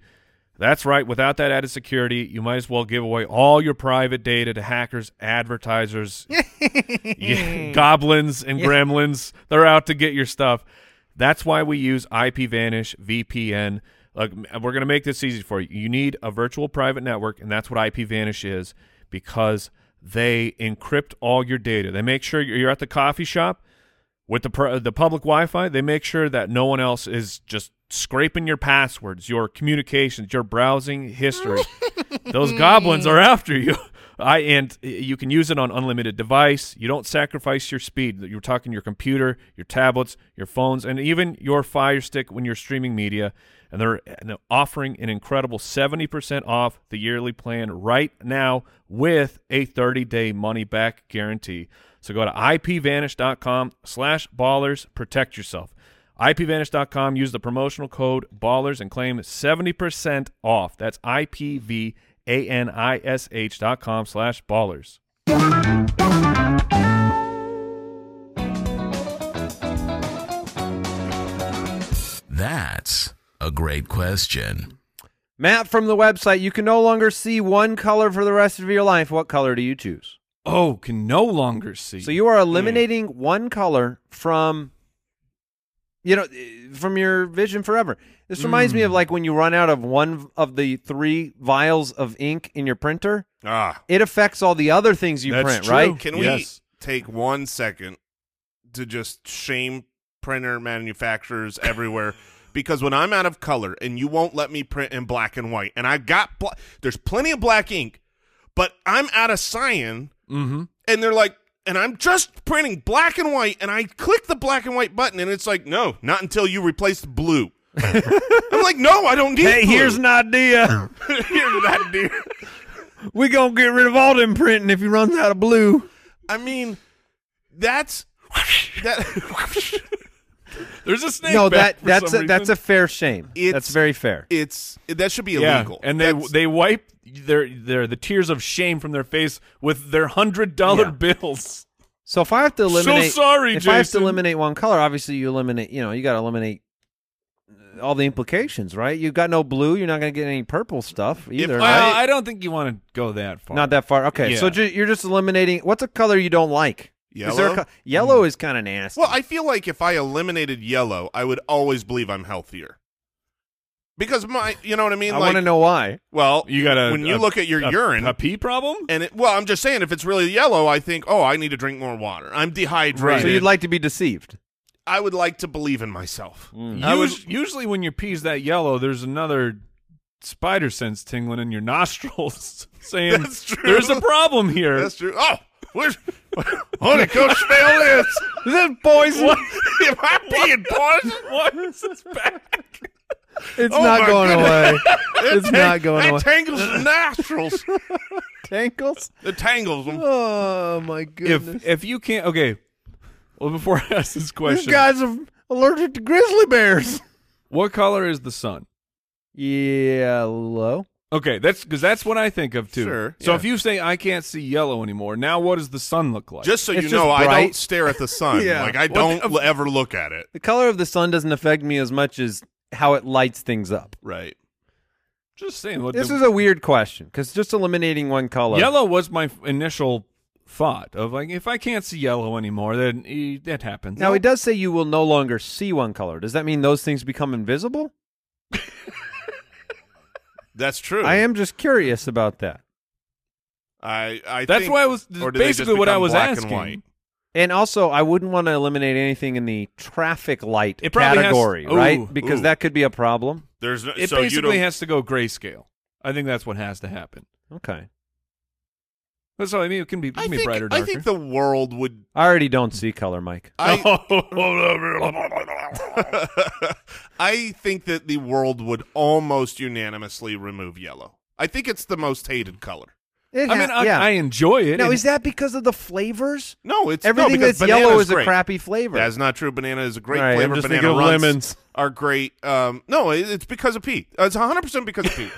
S1: That's right. Without that added security, you might as well give away all your private data to hackers, advertisers, yeah, goblins, and gremlins. They're out to get your stuff. That's why we use IPVanish VPN. Look, m- we're going to make this easy for you. You need a virtual private network, and that's what IPVanish is because they encrypt all your data. They make sure you're you're at the coffee shop with the pr- the public Wi-Fi, they make sure that no one else is just scraping your passwords, your communications, your browsing history. Those goblins are after you. I and you can use it on unlimited device. You don't sacrifice your speed. You're talking your computer, your tablets, your phones, and even your Fire Stick when you're streaming media. And they're and they're offering an incredible 70% off the yearly plan right now with a 30-day money-back guarantee. So go to ipvanish.com slash ballers. Protect yourself. IPVanish.com. Use the promotional code BALLERS and claim 70% off. That's I-P-V-A-N-I-S-H dot com slash BALLERS.
S3: That's a great question.
S2: Matt from the website. You can no longer see one color for the rest of your life. What color do you choose?
S1: Oh, can no longer see.
S2: So you are eliminating one color from you know eh, from your vision forever. This reminds
S1: Hmm.
S2: me of like when you run out of one of the three vials of ink in your printer,
S4: Ah,
S2: it affects all the other things you
S1: That's
S2: print,
S1: true.
S2: right?
S4: Can
S1: Yes.
S4: we take one second to just shame printer manufacturers everywhere? because when I'm out of color and you won't let me print in black and white, and I got bla- there's plenty of black ink, but I'm out of cyan,
S1: Mm-hmm.
S4: and they're like, and I'm just printing black and white, and I click the black and white button, and it's like, no, not until you replace the blue. I'm like, no, I don't need.
S2: Hey,
S4: blue.
S2: here's an idea.
S4: here's that deer.
S2: We're going to get rid of all them printing if he runs out of blue.
S4: I mean, that's that.
S1: There's a snake.
S2: No,
S1: back
S2: that
S1: for
S2: that's
S1: some
S2: a, that's a
S1: reason.
S2: fair shame.
S4: It's-
S2: that's very fair.
S4: it's that should be
S1: yeah.
S4: illegal.
S1: And they
S4: That's-
S1: they wipe their their the tears of shame from their face with their hundred dollar
S2: Yeah.
S1: bills.
S2: So if I have to eliminate,
S1: sorry,
S2: if I have to
S1: Jason.
S2: eliminate one color, obviously you eliminate. You know, you got to eliminate uh, all the implications, right? You've got no blue. You're not going to get any purple stuff either.
S4: I-
S2: right?
S1: Well, I don't think you want to go that far.
S2: not that far. Okay, so
S1: Yeah.
S2: ju- you're just eliminating. What's a color you don't like? Is there a
S4: Yellow?
S2: co- yellow is kind of nasty.
S4: well, I feel like if I eliminated yellow, I would always believe I'm healthier. Because my, you know what I mean?
S2: I
S4: like,
S2: want to know why.
S4: Well,
S1: You got a
S4: when
S1: a-
S4: you look at your
S1: a-
S4: urine
S1: a pee problem.
S4: and it, well, I'm just saying if it's really yellow, I think, oh, I need to drink more water. I'm dehydrated.
S2: So you'd like to be deceived.
S4: I would like to believe in myself.
S2: Mm-hmm.
S1: Us- usually, when your pee's that yellow, there's another spider sense tingling in your nostrils, saying
S4: That's true.
S1: there's a problem here.
S4: That's true. Oh, where's, honey, come smell this.
S2: Is that poison?
S4: Am I being poisoned?
S1: Why is this back?
S2: It's
S4: Oh my
S2: not going
S4: goodness.
S2: away. It's not going away.
S4: That tangles the nostrils.
S2: Tangles.
S4: It tangles them.
S2: Oh my goodness.
S1: If if you can't, okay. Well, before I ask this
S2: These
S1: question,
S2: guys are allergic to grizzly bears.
S1: what color is the sun?
S2: Yellow.
S1: Okay, that's because that's what I think of too.
S4: Sure,
S1: So
S4: yeah.
S1: if you say I can't see yellow anymore, now what does the sun look like?
S4: Just so
S2: It's
S4: you
S2: just
S4: know, I
S2: bright.
S4: don't stare at the sun.
S2: Yeah.
S4: Like I
S2: What
S4: don't ever look at it.
S2: The color of the sun doesn't affect me as much as how it lights things up.
S4: Right.
S1: just saying. What
S2: This
S1: the-
S2: is a weird question because just eliminating one color.
S1: yellow was my f- initial thought of like if I can't see yellow anymore, then eh, that happens.
S2: Now, it does say you will no longer see one color. Does that mean those things become invisible?
S4: That's true.
S2: I am just curious about that.
S4: I. I
S1: That's
S4: think-
S1: why I was
S4: or do they just
S1: basically what I
S4: become
S1: was
S4: black
S1: asking.
S4: And white?
S2: And also, I wouldn't want to eliminate anything in the traffic light
S1: It probably has-
S2: category,
S1: Ooh,
S2: right? because
S4: ooh.
S2: that could be a problem.
S4: There's no,
S1: It
S4: so you
S1: basically
S4: don't.
S1: has to go grayscale. I think that's what has to happen.
S2: Okay.
S1: That's all I mean. It can be, it
S4: I
S1: can be
S4: think,
S1: brighter,
S4: I
S1: darker.
S4: think the world would.
S2: I already don't see color, Mike.
S4: I, I think that the world would almost unanimously remove yellow. I think it's the most hated color.
S2: It
S1: I mean,
S2: ha-
S1: I,
S2: yeah.
S1: I enjoy it.
S2: now,
S1: It-
S2: is that because of the flavors?
S4: No, it's no,
S2: Everything
S4: because
S2: that's yellow
S4: banana's
S2: is a
S4: great.
S2: crappy flavor.
S4: That's not true. Banana is a great
S2: All right,
S4: flavor.
S2: I'm just
S4: Banana
S2: thinking of
S4: runs
S2: lemons.
S4: are great. Um, no, it, it's because of Pete. Uh, It's 100 percent because of Pete.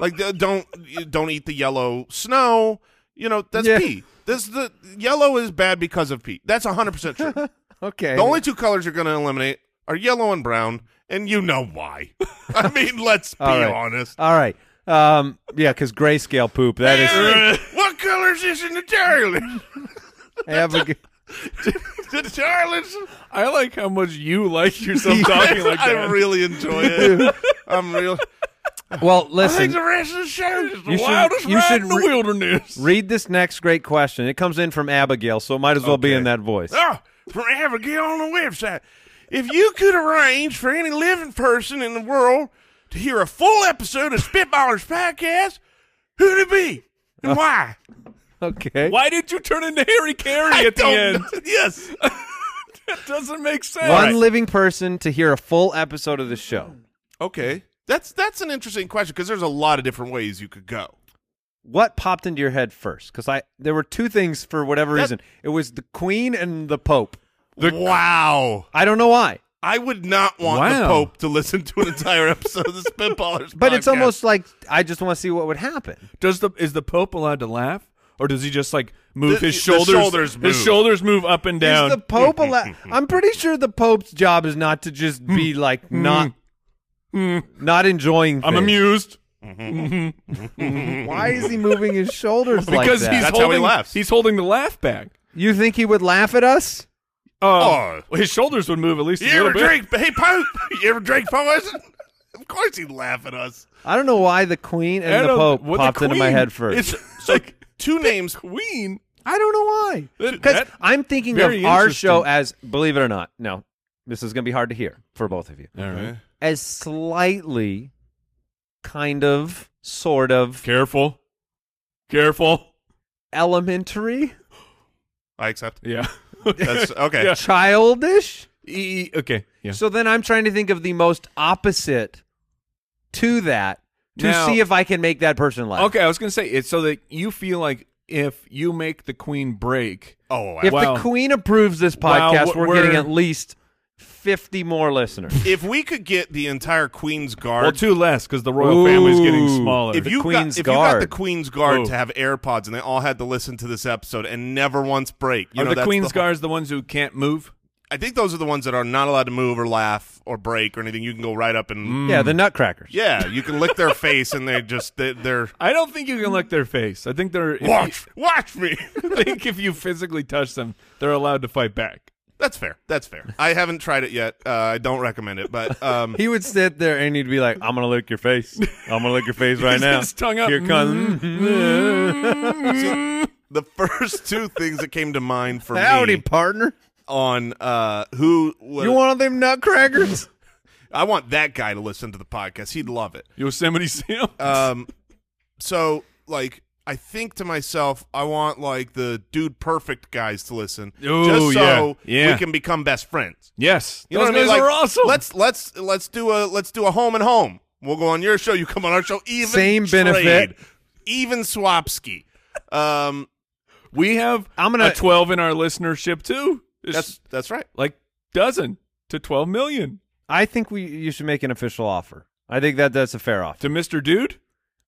S4: like uh, don't you don't eat the yellow snow. You know that's
S2: Yeah.
S4: Pete. This the yellow is bad because of Pete. That's 100 percent true. the
S2: okay.
S4: only two colors you're going to eliminate are yellow and brown, and you know why. I mean, let's be
S2: All right.
S4: honest.
S2: All right. Um, yeah, because grayscale poop. That is.
S4: what color is this in the toilet?
S2: have a good-
S4: the toilet.
S1: I like how much you like yourself talking like
S4: I
S1: that.
S4: really enjoy it. I'm real.
S2: well, listen.
S4: the rest of the show is
S2: You should- wildest you ride should in the re-
S4: wilderness.
S2: Read this next great question. It comes in from Abigail, so it might as well be in that voice.
S4: Oh, from Abigail on the website. If you could arrange for any living person in the world to hear a full episode of Spitballers Podcast, who'd it be and why?
S2: Okay.
S1: Why Uh, did you turn into Harry Carey
S4: I
S1: at the
S4: don't
S1: end?
S4: know. Yes.
S1: That doesn't make sense.
S2: One living person to hear a full episode of the show.
S4: Okay. That's that's an interesting question because there's a lot of different ways you could go.
S2: What popped into your head first? Because I there were two things for whatever
S4: That-
S2: reason. It was the Queen and the Pope.
S4: wow.
S2: I don't know why,
S4: I would not want the
S1: Wow.
S4: Pope to listen to an entire episode of the Spitballers
S2: but it's
S4: Podcast.
S2: almost like I just want to see what would happen.
S1: Does the is the Pope allowed to laugh, or does he just like move
S4: The-
S1: his
S4: the
S1: shoulders?
S4: shoulders move.
S1: His shoulders move up and down.
S2: Is the Pope allowed? I'm pretty sure the Pope's job is not to just
S1: Hmm.
S2: be like not not enjoying.
S1: I'm
S2: things.
S1: amused
S2: Why is he moving his shoulders like
S1: because
S2: that?
S1: he's
S4: That's how he
S1: holding.
S4: laughs.
S1: He's holding the laugh back.
S2: You think he would laugh at us?
S1: Uh,
S4: Oh.
S1: his shoulders would move at least a
S4: You ever
S1: little bit.
S4: drink? Hey, Pope, you ever drink poison? Of course, he'd laugh at us.
S2: I don't know why the Queen and
S1: I
S2: the
S1: don't-
S2: Pope
S1: what, the
S2: popped into my
S1: Queen?
S2: head first.
S4: It's so two names.
S1: Queen.
S2: I don't know why.
S1: That-
S2: Because
S1: that-
S2: I'm thinking of
S1: very
S2: our
S1: interesting.
S2: show as, believe it or not, no, this is going to be hard to hear for both of you,
S1: All right.
S2: as slightly, kind of, sort of,
S1: Careful. Careful.
S2: elementary,
S4: I accept.
S1: Yeah.
S4: That's okay.
S1: Yeah.
S2: childish.
S1: E- e- okay. Yeah.
S2: So then I'm trying to think of the most opposite to that to
S1: Now-
S2: see if I can make that person laugh.
S1: Okay, I was gonna say it's so that you feel like if you make the Queen break,
S4: Oh, I-
S2: If
S1: Wow.
S2: the Queen approves this
S1: Wow,
S2: podcast,
S1: wh-
S2: we're getting
S1: we're-
S2: at least 50 more listeners.
S4: if we could get the entire Queen's Guard,
S1: well, two less because the royal family's getting
S2: Ooh.
S1: smaller.
S4: if
S2: the
S4: you
S2: Queen's
S4: got, if you got the
S2: Guard.
S4: Queen's Guard
S1: Oh.
S4: to have AirPods and they all had to listen to this episode and never once break, you
S1: Are
S4: know,
S1: the
S4: that's
S1: Queen's
S4: whole-
S1: guards the ones who can't move?
S4: I think those are the ones that are not allowed to move or laugh or break or anything. You can go right up and
S1: Mm.
S2: Yeah, the Nutcrackers.
S4: yeah, you can lick their face and they just they, they're
S1: I don't think you can lick their face. I think they're if
S4: watch watch me.
S1: You, I think if you physically touch them, they're allowed to fight back.
S4: That's fair. That's fair. I haven't tried it yet. Uh, I don't recommend it, but um,
S2: He would sit there and he'd be like, "I'm gonna lick your face. I'm gonna lick your face right now."
S1: His tongue up. Mm-hmm.
S2: Here comes
S4: the first two things that came to mind for
S2: howdy,
S4: me
S2: partner.
S4: on uh, who was,
S2: You one of them nutcrackers?
S4: I want that guy to listen to the podcast. He'd love it.
S1: Yosemite Sam.
S4: Um, so like. I think to myself, I want like the dude perfect guys to listen,
S1: Ooh,
S4: just so
S1: yeah, yeah.
S4: we can become best friends.
S1: yes,
S4: You
S1: those
S4: know what I
S1: guys
S4: mean? Like,
S1: are awesome.
S4: Let's let's let's do a let's do a home and home. We'll go on your show. You come on our show. Even
S2: Same
S4: trade.
S2: benefit.
S4: Even Swapski. Um,
S1: we have
S2: I'm gonna-
S1: a twelve in our listenership too. It's
S4: that's that's right.
S1: like dozen to twelve million
S2: I think we you should make an official offer. I think that that's a fair offer.
S1: to Mister Dude.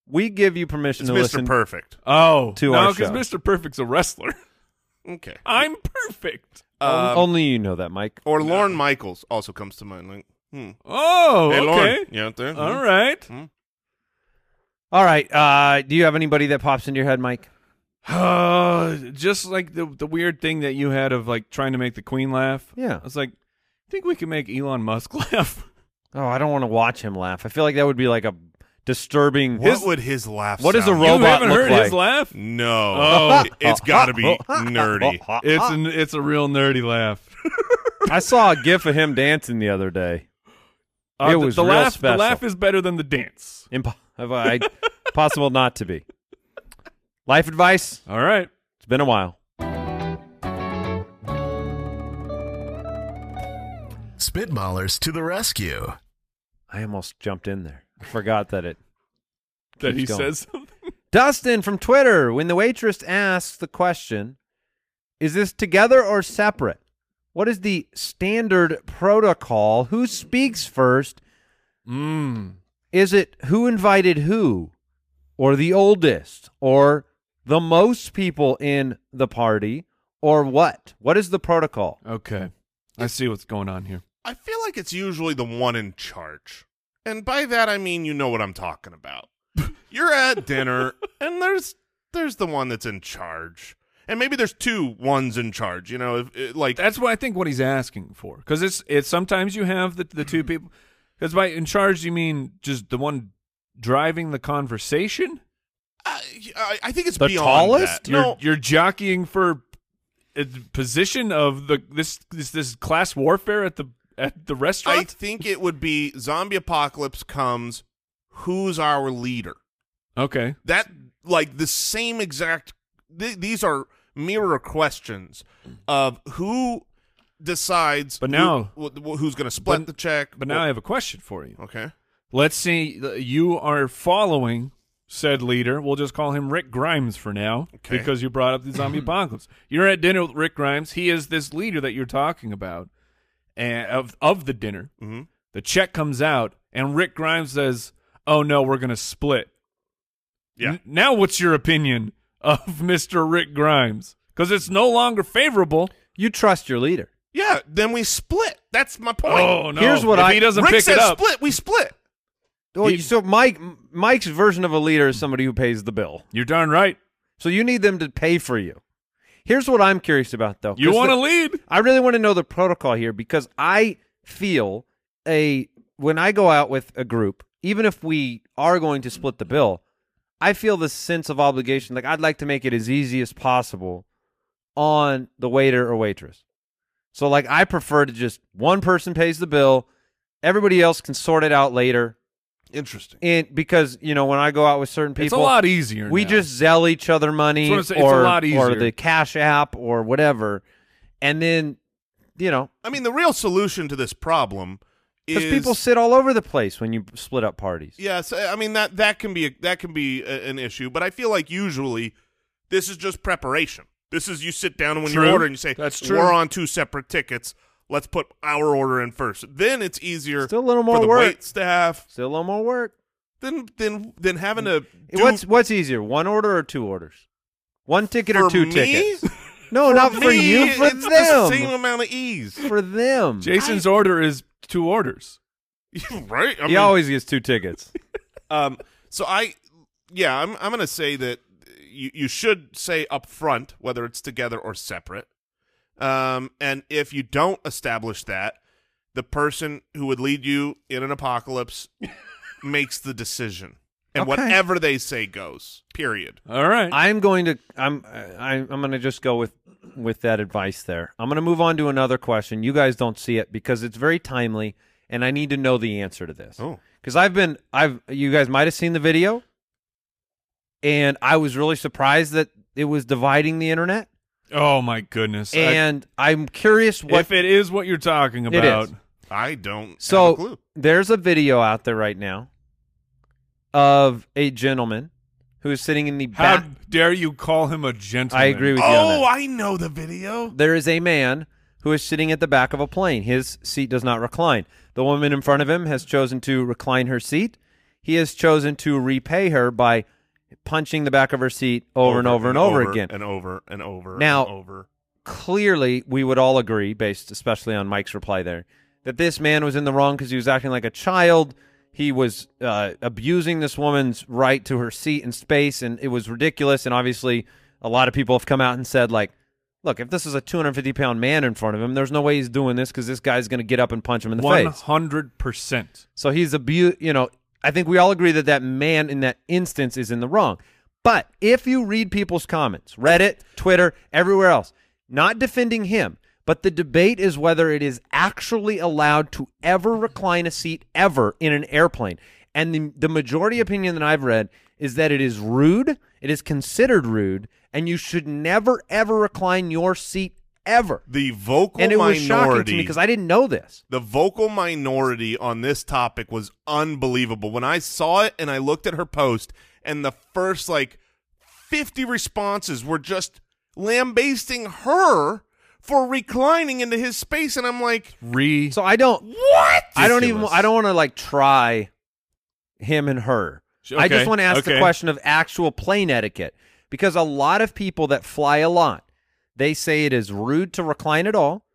S2: we give you permission
S4: It's
S2: to
S4: Mr.
S2: listen.
S4: Perfect.
S1: Oh,
S2: To
S1: no,
S2: our
S1: because
S2: show.
S1: Mr. Perfect's a wrestler.
S4: Okay.
S1: I'm perfect.
S4: Um,
S2: Only you know that, Mike.
S4: or Lauren Michaels also comes to mind. Like, hmm.
S1: Oh,
S4: hey, Lauren,
S1: okay.
S4: you out there?
S1: All right.
S2: All right. Uh, do you have anybody that pops into your head, Mike?
S1: Uh, just like the the weird thing that you had of like trying to make the queen laugh.
S2: Yeah.
S1: I was like, I think we can make Elon Musk laugh.
S2: Oh, I don't want to watch him laugh. I feel like that would be like a disturbing.
S4: What would his laugh?
S2: What is a
S4: sound
S2: Robot
S1: you haven't
S2: look
S1: heard
S2: like.
S1: his laugh?
S4: like? No.
S1: Oh.
S4: It- it's got to be nerdy.
S1: It's an it's a real nerdy laugh.
S2: I saw a gif of him dancing the other day.
S1: Uh,
S2: It
S1: the-
S2: was
S1: the
S2: real
S1: laugh.
S2: special.
S1: The laugh is better than the dance.
S2: Imp- uh, I, possible not to be. Life advice.
S1: All right.
S2: It's been a while.
S3: Spitballers to the rescue.
S2: I almost jumped in there. I forgot that it.
S1: That
S2: Keeps
S1: he
S2: going.
S1: says something.
S2: Dustin from Twitter. When the waitress asks the question, "Is this together or separate?" What is the standard protocol? Who speaks first?
S1: Mm.
S2: Is it who invited who, or the oldest, or the most people in the party, or what? What is the protocol?
S1: Okay. I see what's going on here.
S4: I feel like it's usually the one in charge. And by that I mean you know what I'm talking about. You're at dinner and there's there's the one that's in charge. And maybe there's two ones in charge, you know, if, it- like
S1: That's what I think what he's asking for. Because it's it's sometimes you have the the two people. Because by in charge you mean just the one driving the conversation.
S4: I, I, I think it's
S2: The
S4: beyond
S2: tallest?
S4: that.
S1: You're
S4: No,
S1: you're jockeying for a position of the this this this class warfare at the at the
S4: I
S1: restaurant.
S4: think it would be zombie apocalypse comes who's our leader.
S1: okay.
S4: that like the same exact th- these are mirror questions of who decides
S1: But
S4: who-
S1: now-
S4: wh- wh- who's going to split
S1: But-
S4: the check
S1: But now I have a question for you.
S4: okay
S1: Let's see. uh, You are following said leader. We'll just call him Rick Grimes for now
S4: Okay.
S1: because you brought up the zombie apocalypse. You're at dinner with Rick Grimes. He is this leader that you're talking about and of of the dinner.
S2: Mm-hmm.
S4: Mhm.
S1: The check comes out and Rick Grimes says, "Oh no, we're going to split."
S4: Yeah.
S1: N- now what's your opinion of Mr. Rick Grimes? Cuz it's no longer favorable.
S2: You trust your leader.
S4: yeah then we split that's my point
S1: Oh no.
S2: Here's what
S1: if
S2: I-
S1: he doesn't
S4: rick
S1: pick
S4: says
S1: it up.
S4: split we split
S2: Well,
S1: He-
S2: so Mike, Mike's version of a leader is somebody who pays the bill.
S1: You're darn right.
S2: So you need them to pay for you. Here's what I'm curious about, though.
S1: You
S2: 'cause
S1: want to
S2: the-
S1: lead?
S2: I really want to know the protocol here because I feel a when I go out with a group, even if we are going to split the bill, I feel this sense of obligation. Like I'd like to make it as easy as possible on the waiter or waitress. So like I prefer to just one person pays the bill, everybody else can sort it out later.
S4: interesting
S2: And because you know when I go out with certain people,
S1: it's a lot easier.
S2: we
S1: now.
S2: just zell each other money
S1: That's what I'm saying. It's a
S2: or,
S1: lot
S2: or
S1: easier.
S2: the cash app or whatever and then you know
S4: i mean the real solution to this problem is
S2: because people sit all over the place when you split up parties
S4: Yes, I I mean that that can be a, that can be a, an issue, but I feel like usually this is just preparation. This is you sit down and when you
S1: True.
S4: order and you say,
S1: That's true.
S4: We're on two separate tickets. Let's put our order in first. Then it's easier
S2: Still a little more
S4: for the
S2: work.
S4: wait staff.
S2: still a little more work
S4: Then then then having to do
S2: what's what's easier one order or two orders one ticket or
S4: for
S2: two
S4: me,
S2: tickets no not for
S4: me,
S2: you for
S4: it's the same
S2: them
S4: amount of ease,
S2: for them
S1: Jason's order is two orders.
S4: right? I
S2: he
S4: mean,
S2: always gets two tickets
S4: Um, so I, yeah, I'm I'm gonna say that you you should say up front whether it's together or separate. Um, and if you don't establish that, the person who would lead you in an apocalypse makes the decision, and
S2: Okay.
S4: whatever they say goes. Period.
S1: All right.
S2: I'm going to I'm I, I'm going to just go with with that advice there. I'm going to move on to another question. You guys don't see it because it's very timely, and I need to know the answer to this.
S4: Oh.
S2: because I've been I've you guys might have seen the video, and I was really surprised that it was dividing the internet.
S1: oh my goodness. I-
S2: And I, am curious what
S1: if it is what you're talking
S2: It
S1: about,
S2: is.
S4: I don't have a
S2: So
S4: clue.
S2: there's a video out there right now of a gentleman who is sitting in the
S1: how
S2: back.
S1: dare you call him a gentleman?
S2: I agree with you. on that.
S4: Oh, I know the video.
S2: there is a man who is sitting at the back of a plane. His seat does not recline. The woman in front of him has chosen to recline her seat. he has chosen to repay her by punching the back of her seat over, and over and over, again.
S4: and over and over
S2: Now-
S4: and over.
S2: Clearly, we would all agree, based especially on Mike's reply there, that this man was in the wrong because he was acting like a child. He was uh, abusing this woman's right to her seat and space, and it was ridiculous. And obviously, a lot of people have come out and said, like, look, if this is a 250 pound man in front of him, there's no way he's doing this because this guy's going to get up and punch him in the
S1: One
S2: face.
S1: hundred percent.
S2: So he's abu You know, I think we all agree that that man in that instance is in the wrong. But if you read people's comments, Reddit, Twitter, everywhere else, not defending him, but the debate is whether it is actually allowed to ever recline a seat ever in an airplane. And the, the majority opinion that I've read is that it is rude, it is considered rude, and you should never ever recline your seat ever.
S4: The vocal
S2: and it was shocking to
S4: minority
S2: me because I didn't know this.
S4: the vocal minority on this topic was unbelievable. When I saw it and I looked at her post, and the first like 50 responses were just lambasting her for reclining into his space, and I'm like,
S1: Re.
S2: So I don't.
S4: what?
S2: I don't even. I don't want to like try him and her.
S1: Sh-
S2: I just
S1: okay,
S2: want to ask the
S1: okay.
S2: question of actual plane etiquette because a lot of people that fly a lot, they say it is rude to recline at all,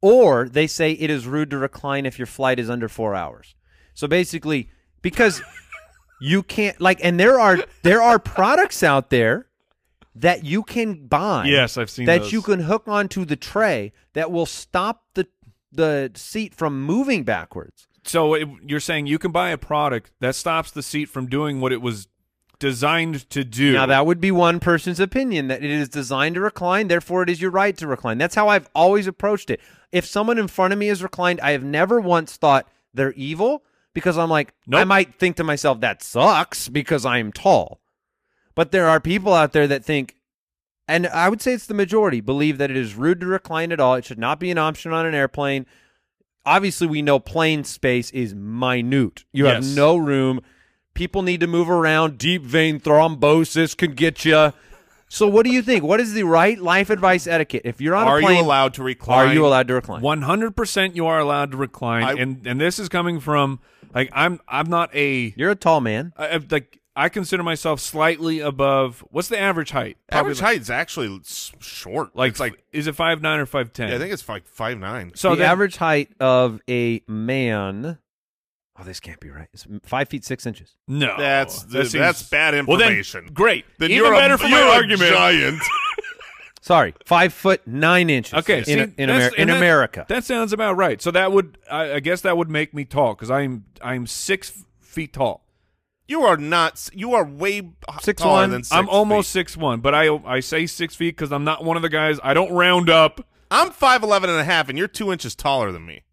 S2: or they say it is rude to recline if your flight is under four hours. So basically, because you can't like, and there are there are products out there that you can buy.
S1: Yes, I've seen
S2: that
S1: those.
S2: you can hook onto the tray that will stop the the seat from moving backwards.
S1: So it, you're saying you can buy a product that stops the seat from doing what it was designed to do.
S2: Now that would be one person's opinion that it is designed to recline, therefore it is your right to recline. That's how I've always approached it. If someone in front of me is reclined, I have never once thought they're evil because I'm like I
S1: Nope.
S2: might think to myself that sucks because I'm tall. But there are people out there that think and I would say it's the majority believe that it is rude to recline at all. It should not be an option on an airplane. Obviously, we know plane space is minute. You
S1: Yes.
S2: have no room. People need to move around. Deep vein thrombosis can get you. So, what do you think? What is the right life advice etiquette? If you're on
S4: Are
S2: a plane,
S4: you allowed to recline?
S2: are you allowed to recline?
S1: One hundred percent, you are allowed to recline,
S4: I-
S1: and and this is coming from like I'm I'm not a
S2: You're a tall man.
S1: I, I- like I consider myself slightly above. What's the average height?
S4: Average height is actually s- short.
S1: Like,
S4: it's like
S1: is it five nine or five ten?
S4: yeah, I think it's like five nine.
S1: so.
S2: the
S1: then-
S2: average height of a man. Oh, this can't be right. It's five feet six inches.
S1: no,
S4: That's-
S1: That
S4: that's bad
S1: Well, then,
S4: information.
S1: great.
S4: Then
S1: Even
S4: you're
S1: better
S4: a,
S1: for my
S4: you're a
S1: argument.
S4: Giant.
S2: Sorry, five foot nine inches.
S1: Okay,
S2: in,
S1: see,
S2: in,
S1: that's-
S2: Amer- in
S1: and that-
S2: America.
S1: that sounds about right. So that would, I, I guess, that would make me tall because I'm, I'm six f- feet tall.
S4: You are not. s- You are way b-
S2: Six
S4: taller
S2: one.
S4: than six
S1: I'm almost
S4: feet.
S1: six one, but I, I say six feet because I'm not one of the guys. I don't round up.
S4: I'm five eleven and a half, and you're two inches taller than me.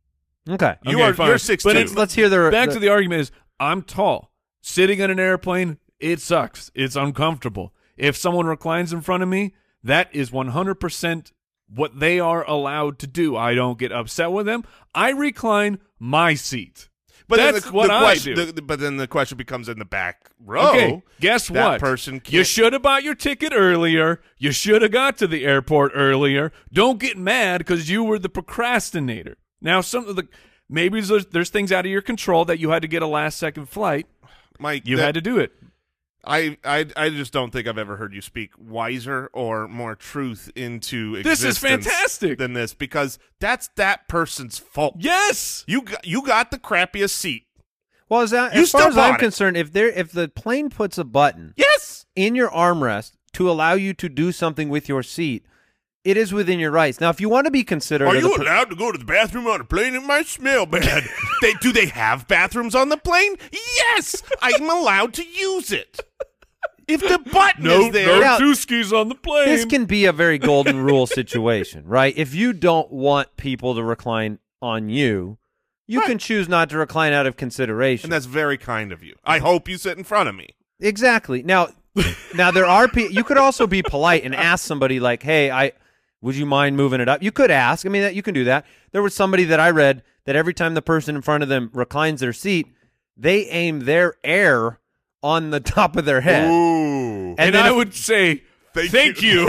S2: okay,
S4: You
S1: Okay,
S4: are.
S1: fine.
S4: You're
S1: But
S4: six
S1: it's-
S2: let's, let's hear the
S1: Back to the argument is, I'm tall. Sitting on an airplane, it sucks. It's uncomfortable. If someone reclines in front of me, that is 100 percent what they are allowed to do. I don't get upset with them. I recline my seat.
S4: But then
S1: that's
S4: the,
S1: what
S4: the
S1: I
S4: question,
S1: do.
S4: The, the- but then the question becomes in the back row.
S1: okay, guess
S4: that
S1: what?
S4: person can't.
S1: you should have bought your ticket earlier. You should have got to the airport earlier. Don't get mad because you were the procrastinator. Now, some of the maybe there's, there's things out of your control that you had to get a last second flight.
S4: Mike.
S1: You
S4: that-
S1: had to do it.
S4: I, I I just don't think I've ever heard you speak wiser or more truth into
S1: This is
S4: existence
S1: fantastic.
S4: than this because that's that person's fault.
S1: Yes.
S4: You got, you got the crappiest seat.
S2: Well, as, that,
S4: You
S2: as far
S4: still
S2: as I'm
S4: bought it.
S2: concerned, if there if the plane puts a button
S4: Yes.
S2: in your armrest to allow you to do something with your seat, it is within your rights. Now, if you want to be considerate,
S4: Are
S2: of the
S4: you
S2: per-
S4: allowed to go to the bathroom on a plane? It might smell bad. they do they have bathrooms on the plane? Yes, I'm allowed to use it. If the button
S1: No,
S4: is there,
S2: Now,
S1: no two skis on the plane.
S2: this can be a very golden rule situation, right? If you don't want people to recline on you, you can choose not to recline out of consideration.
S4: and that's very kind of you. I hope you sit in front of me.
S2: Exactly. Now, now there are people. You could also be polite and ask somebody like, "Hey, I would you mind moving it up?" You could ask. I mean, that you can do that. There was somebody that I read that every time the person in front of them reclines their seat, they aim their air on the top of their head.
S4: Ooh.
S1: and
S2: then
S1: I
S2: if-
S1: would say
S4: Thank
S1: thank, you,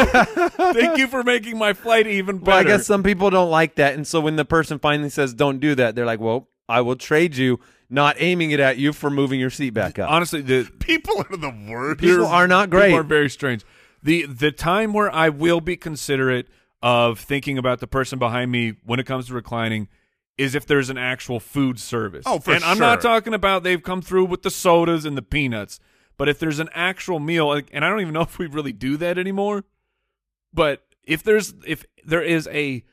S1: thank you for making my flight even better.
S2: Well, I guess some people don't like that, and so when the person finally says, "Don't do that," they're like, "Well, I will trade you not aiming it at you for moving your seat back up.
S1: Honestly, the
S4: People are the worst.
S2: People are not great.
S1: People are very strange. The the time where I will be considerate of thinking about the person behind me when it comes to reclining is if there's an actual food service.
S4: Oh, for
S1: And I'm not
S4: sure.
S1: talking about they've come through with the sodas and the peanuts, but if there's an actual meal, like- and I don't even know if we really do that anymore, but if there's if there is a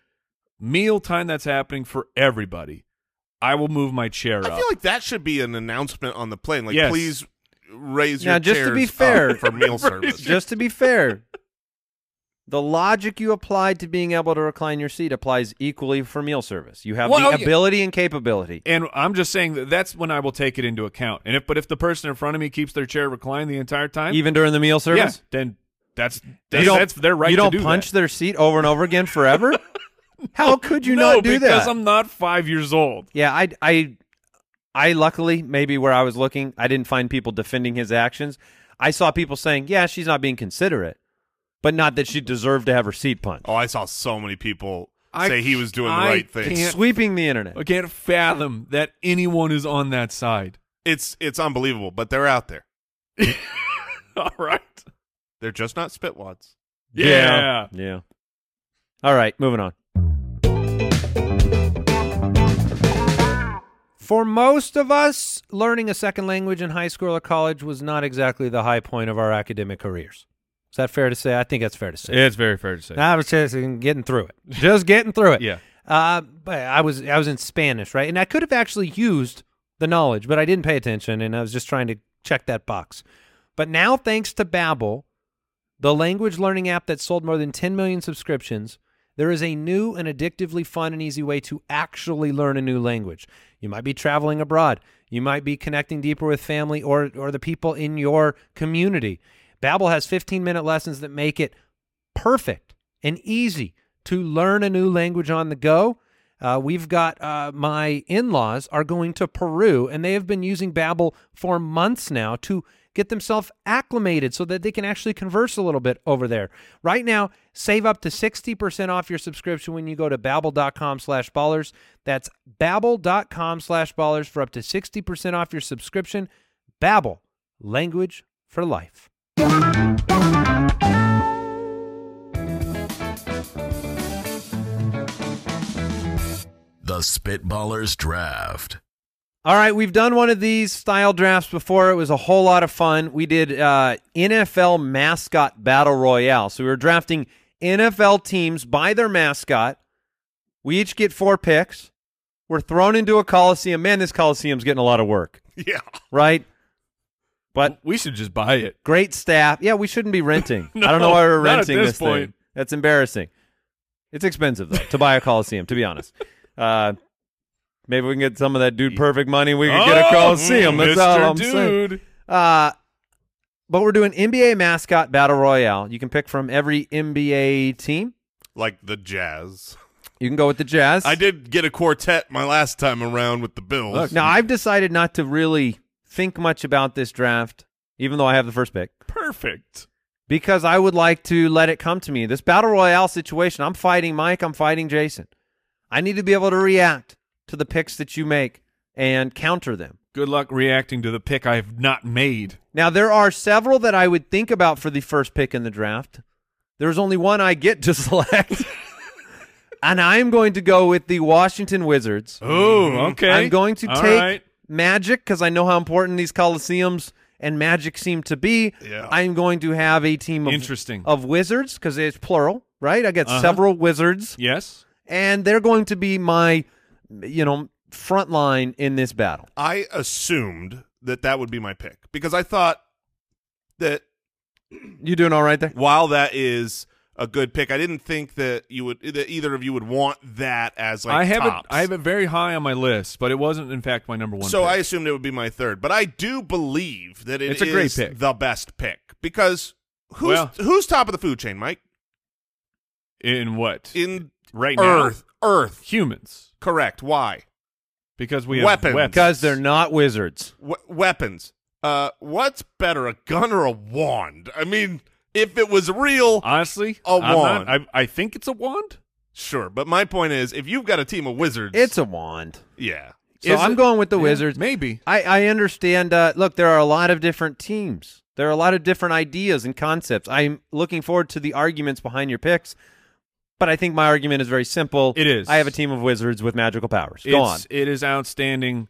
S1: meal time that's happening for everybody, I will move my chair
S4: I
S1: up.
S4: feel like that should be an announcement on the plane. Like,
S1: Yes.
S4: please raise
S2: Now,
S4: your
S2: just
S4: chairs
S2: to be fair-
S4: up for meal service.
S2: Just to be fair, the logic you applied to being able to recline your seat applies equally for meal service. You have
S1: Well, oh,
S2: the
S1: yeah.
S2: ability and capability.
S1: And I'm just saying that that's when I will take it into account. And if but if the person in front of me keeps their chair reclined the entire time,
S2: even during the meal
S1: yeah,
S2: service.
S1: then that's
S2: You
S1: that's,
S2: don't,
S1: that's their right
S2: You don't
S1: to do
S2: punch
S1: that.
S2: their seat over and over again forever. How could you
S1: no,
S2: not do
S1: because
S2: that?
S1: I'm not five years old.
S2: yeah, I, I, I. Luckily, maybe where I was looking, I didn't find people defending his actions. I saw people saying, "Yeah, she's not being considerate," but not that she deserved to have her seat punched.
S4: oh, I saw so many people
S1: I
S4: say he was doing the
S1: I
S4: right thing.
S1: can't-
S2: Sweeping the internet.
S1: I can't fathom that anyone is on that side.
S4: It's it's unbelievable, but they're out there.
S1: All right.
S4: They're just not spitwads.
S1: Yeah.
S2: Yeah. All right, moving on. For most of us, learning a second language in high school or college was not exactly the high point of our academic careers. Is that fair to say? I think that's fair to say.
S1: It's very fair to say.
S2: I was just getting through it. Just getting through it.
S1: Yeah.
S2: Uh, but I was I was in Spanish, right? And I could have actually used the knowledge, but I didn't pay attention, and I was just trying to check that box. But now, thanks to Babbel, the language learning app that sold more than 10 million subscriptions, there is a new and addictively fun and easy way to actually learn a new language. You might be traveling abroad. You might be connecting deeper with family or, or the people in your community. Babbel has 15-minute lessons that make it perfect and easy to learn a new language on the go. Uh, we've got uh, my in-laws are going to Peru, and they have been using Babbel for months now to get themselves acclimated so that they can actually converse a little bit over there. Right now, save up to 60% off your subscription when you go to babbel.com slash ballers. That's babbel.com slash ballers for up to 60% off your subscription. Babbel, language for life.
S3: The Spitballers Draft.
S2: All right, we've done one of these style drafts before. It was a whole lot of fun. We did uh, NFL mascot battle royale. So we were drafting NFL teams by their mascot. We each get four picks. We're thrown into a coliseum. Man, this coliseum's getting a lot of work,
S4: Yeah.
S2: right? But
S1: We should just buy it.
S2: great staff. Yeah, we shouldn't be renting. I don't know
S1: No,
S2: why we're
S1: not at
S2: renting
S1: this
S2: thing.
S1: point.
S2: That's embarrassing. It's expensive though to buy a coliseum. To be honest, uh, maybe we can get some of that dude perfect money. We can
S1: Oh,
S2: get a coliseum. That's
S1: mm,
S2: all I'm saying. Uh, but we're doing NBA mascot battle royale. You can pick from every NBA team.
S4: Like the jazz.
S2: You can go with the Jazz.
S4: I did get a quartet my last time around with the Bills.
S2: Now I've decided not to really think much about this draft, even though I have the first pick.
S1: Perfect.
S2: because I would like to let it come to me. This battle royale situation, I'm fighting Mike, I'm fighting Jason. I need to be able to react to the picks that you make and counter them.
S1: Good luck reacting to the pick I have not made.
S2: Now, there are several that I would think about for the first pick in the draft. There's only one I get to select. and I'm going to go with the Washington Wizards.
S1: Oh, okay.
S2: Mm-hmm. I'm going to
S1: All
S2: take
S1: right.
S2: Magic because I know how important these coliseums and Magic seem to be.
S4: Yeah.
S2: I'm going to have a team of,
S1: Interesting.
S2: of wizards because it's plural, right? I got
S1: Uh-huh.
S2: several wizards,
S1: Yes.
S2: and they're going to be my, you know, front line in this battle.
S4: I assumed that that would be my pick because I thought that
S2: You doing all right there?
S4: while that is a good pick, I didn't think that you would that either of you would want that as like
S1: I have
S4: tops.
S1: it. I have it very high on my list, but it wasn't, in fact, my number one.
S4: So
S1: pick.
S4: I assumed it would be my third, but I do believe that it
S1: It's a great
S4: is
S1: pick.
S4: the best pick because who's
S1: Well-
S4: who's top of the food chain, Mike?
S1: in what
S4: In
S1: right
S4: Earth, Earth,
S1: humans
S4: correct. Why
S1: because we have
S4: Weapons.
S2: Because they're not wizards.
S4: we- weapons? Uh, what's better, a gun or a wand? I mean, if it was real,
S1: honestly
S4: A
S1: I'm not-
S4: wand.
S1: I, I think it's a wand.
S4: sure. But my point is, if you've got a team of wizards,
S2: It's a wand.
S4: yeah.
S2: So
S1: Is
S2: I'm
S1: it-
S2: going with the
S1: Yeah,
S2: Wizards.
S1: Maybe.
S2: I, I understand. Uh, look, there are a lot of different teams. There are a lot of different ideas and concepts. I'm looking forward to the arguments behind your picks, but I think my argument is very simple.
S1: It is.
S2: I have a team of wizards with magical powers. Go
S1: It's-
S2: on.
S1: It is outstanding.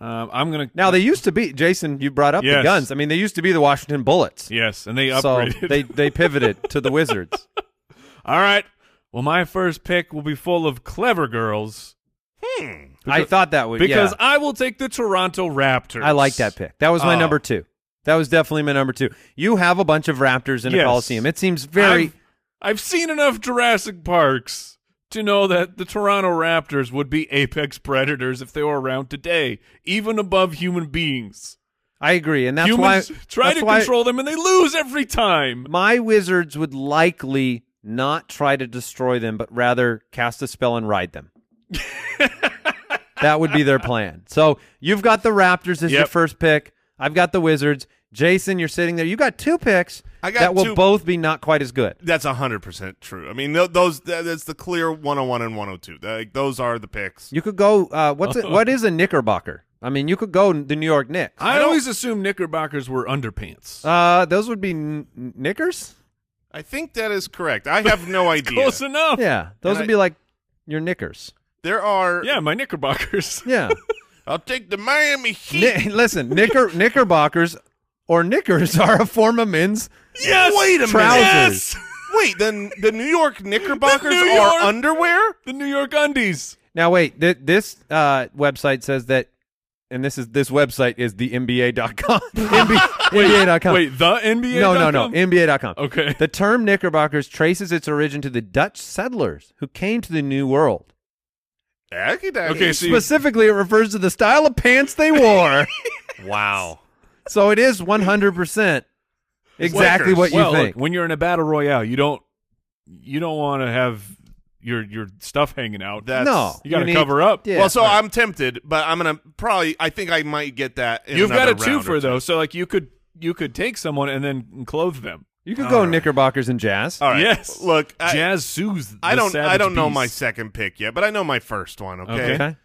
S1: Um, I'm gonna
S2: Now they used to be Jason. You brought up the
S1: Yes.
S2: guns. I mean, they used to be the Washington Bullets.
S1: Yes, and they
S2: so
S1: upgraded.
S2: they they pivoted to the Wizards.
S1: All right. Well, my first pick will be full of clever girls
S2: I thought that would
S1: because
S2: yeah.
S1: I will take the Toronto Raptors.
S2: I like that pick. That was my
S1: Oh.
S2: number two. That was definitely my number two. You have a bunch of Raptors in a
S1: Yes.
S2: Coliseum. It seems very.
S1: I've, I've seen enough Jurassic Parks to know that the Toronto Raptors would be apex predators if they were around today, even above human beings.
S2: I agree, and that's
S1: Humans
S2: why
S1: try
S2: that's
S1: to
S2: why
S1: control them and they lose every time.
S2: My wizards would likely not try to destroy them, but rather cast a spell and ride them. that would be their plan. So you've got the Raptors as your
S1: Yep.
S2: first pick. I've got the Wizards. Jason, you're sitting there. You got two picks
S4: I got
S2: that will
S4: two-
S2: both be not quite as good.
S4: That's hundred percent true. I mean, tho- those that- that's the clear one hundred one and one hundred two. Like those are the picks.
S2: You could go. Uh, what's it, what is a Knickerbocker? I mean, you could go n- the New York Knicks.
S1: I, always assumed Knickerbockers were underpants.
S2: Uh, those would be n- n- knickers.
S4: I think that is correct. I have no idea.
S1: Close enough.
S2: Yeah, those
S4: And
S2: would
S4: I-
S2: be like your knickers.
S4: There are.
S1: Yeah, my Knickerbockers.
S2: Yeah.
S4: I'll take the Miami Heat.
S2: Ni- listen, knicker knickerbockers or knickers are a form of men's
S1: Yes.
S4: Wait a
S2: trousers.
S1: Yes.
S4: Wait, then the New York Knickerbockers
S1: The New
S4: are
S1: York-
S4: underwear.
S1: The New York undies.
S2: Now wait, th- this uh, website says that and this is this website is the NBA.com. NBA, NBA.com.
S1: Wait, the NBA.
S2: no, no, no. NBA.com.
S1: Okay.
S2: The term knickerbockers traces its origin to the Dutch settlers who came to the New World.
S4: Okay,
S1: Okay, so you-
S2: Specifically, it refers to the style of pants they wore.
S4: wow.
S2: so it is 100% exactly
S4: Knickers.
S2: what you
S1: well, look,
S2: think.
S1: when you're in a battle royale, you don't you don't want to have your your stuff hanging out.
S4: That's,
S2: no.
S1: you gotta
S2: need-
S1: cover up.
S2: Yeah.
S4: well, so I'm tempted, but I'm gonna probably. I think I might get that. In
S1: You've got
S4: another
S1: a two
S4: round
S1: for
S4: or
S1: though, so like you could you could take someone and then clothe them.
S2: you could go knickerbockers and jazz.
S4: All right.
S1: Yes.
S4: Look, I,
S1: Jazz soothes.
S4: I
S1: the
S4: don't. I
S1: savage
S4: don't know
S1: beast.
S4: my second pick yet, but I know my first one. Okay.
S2: okay.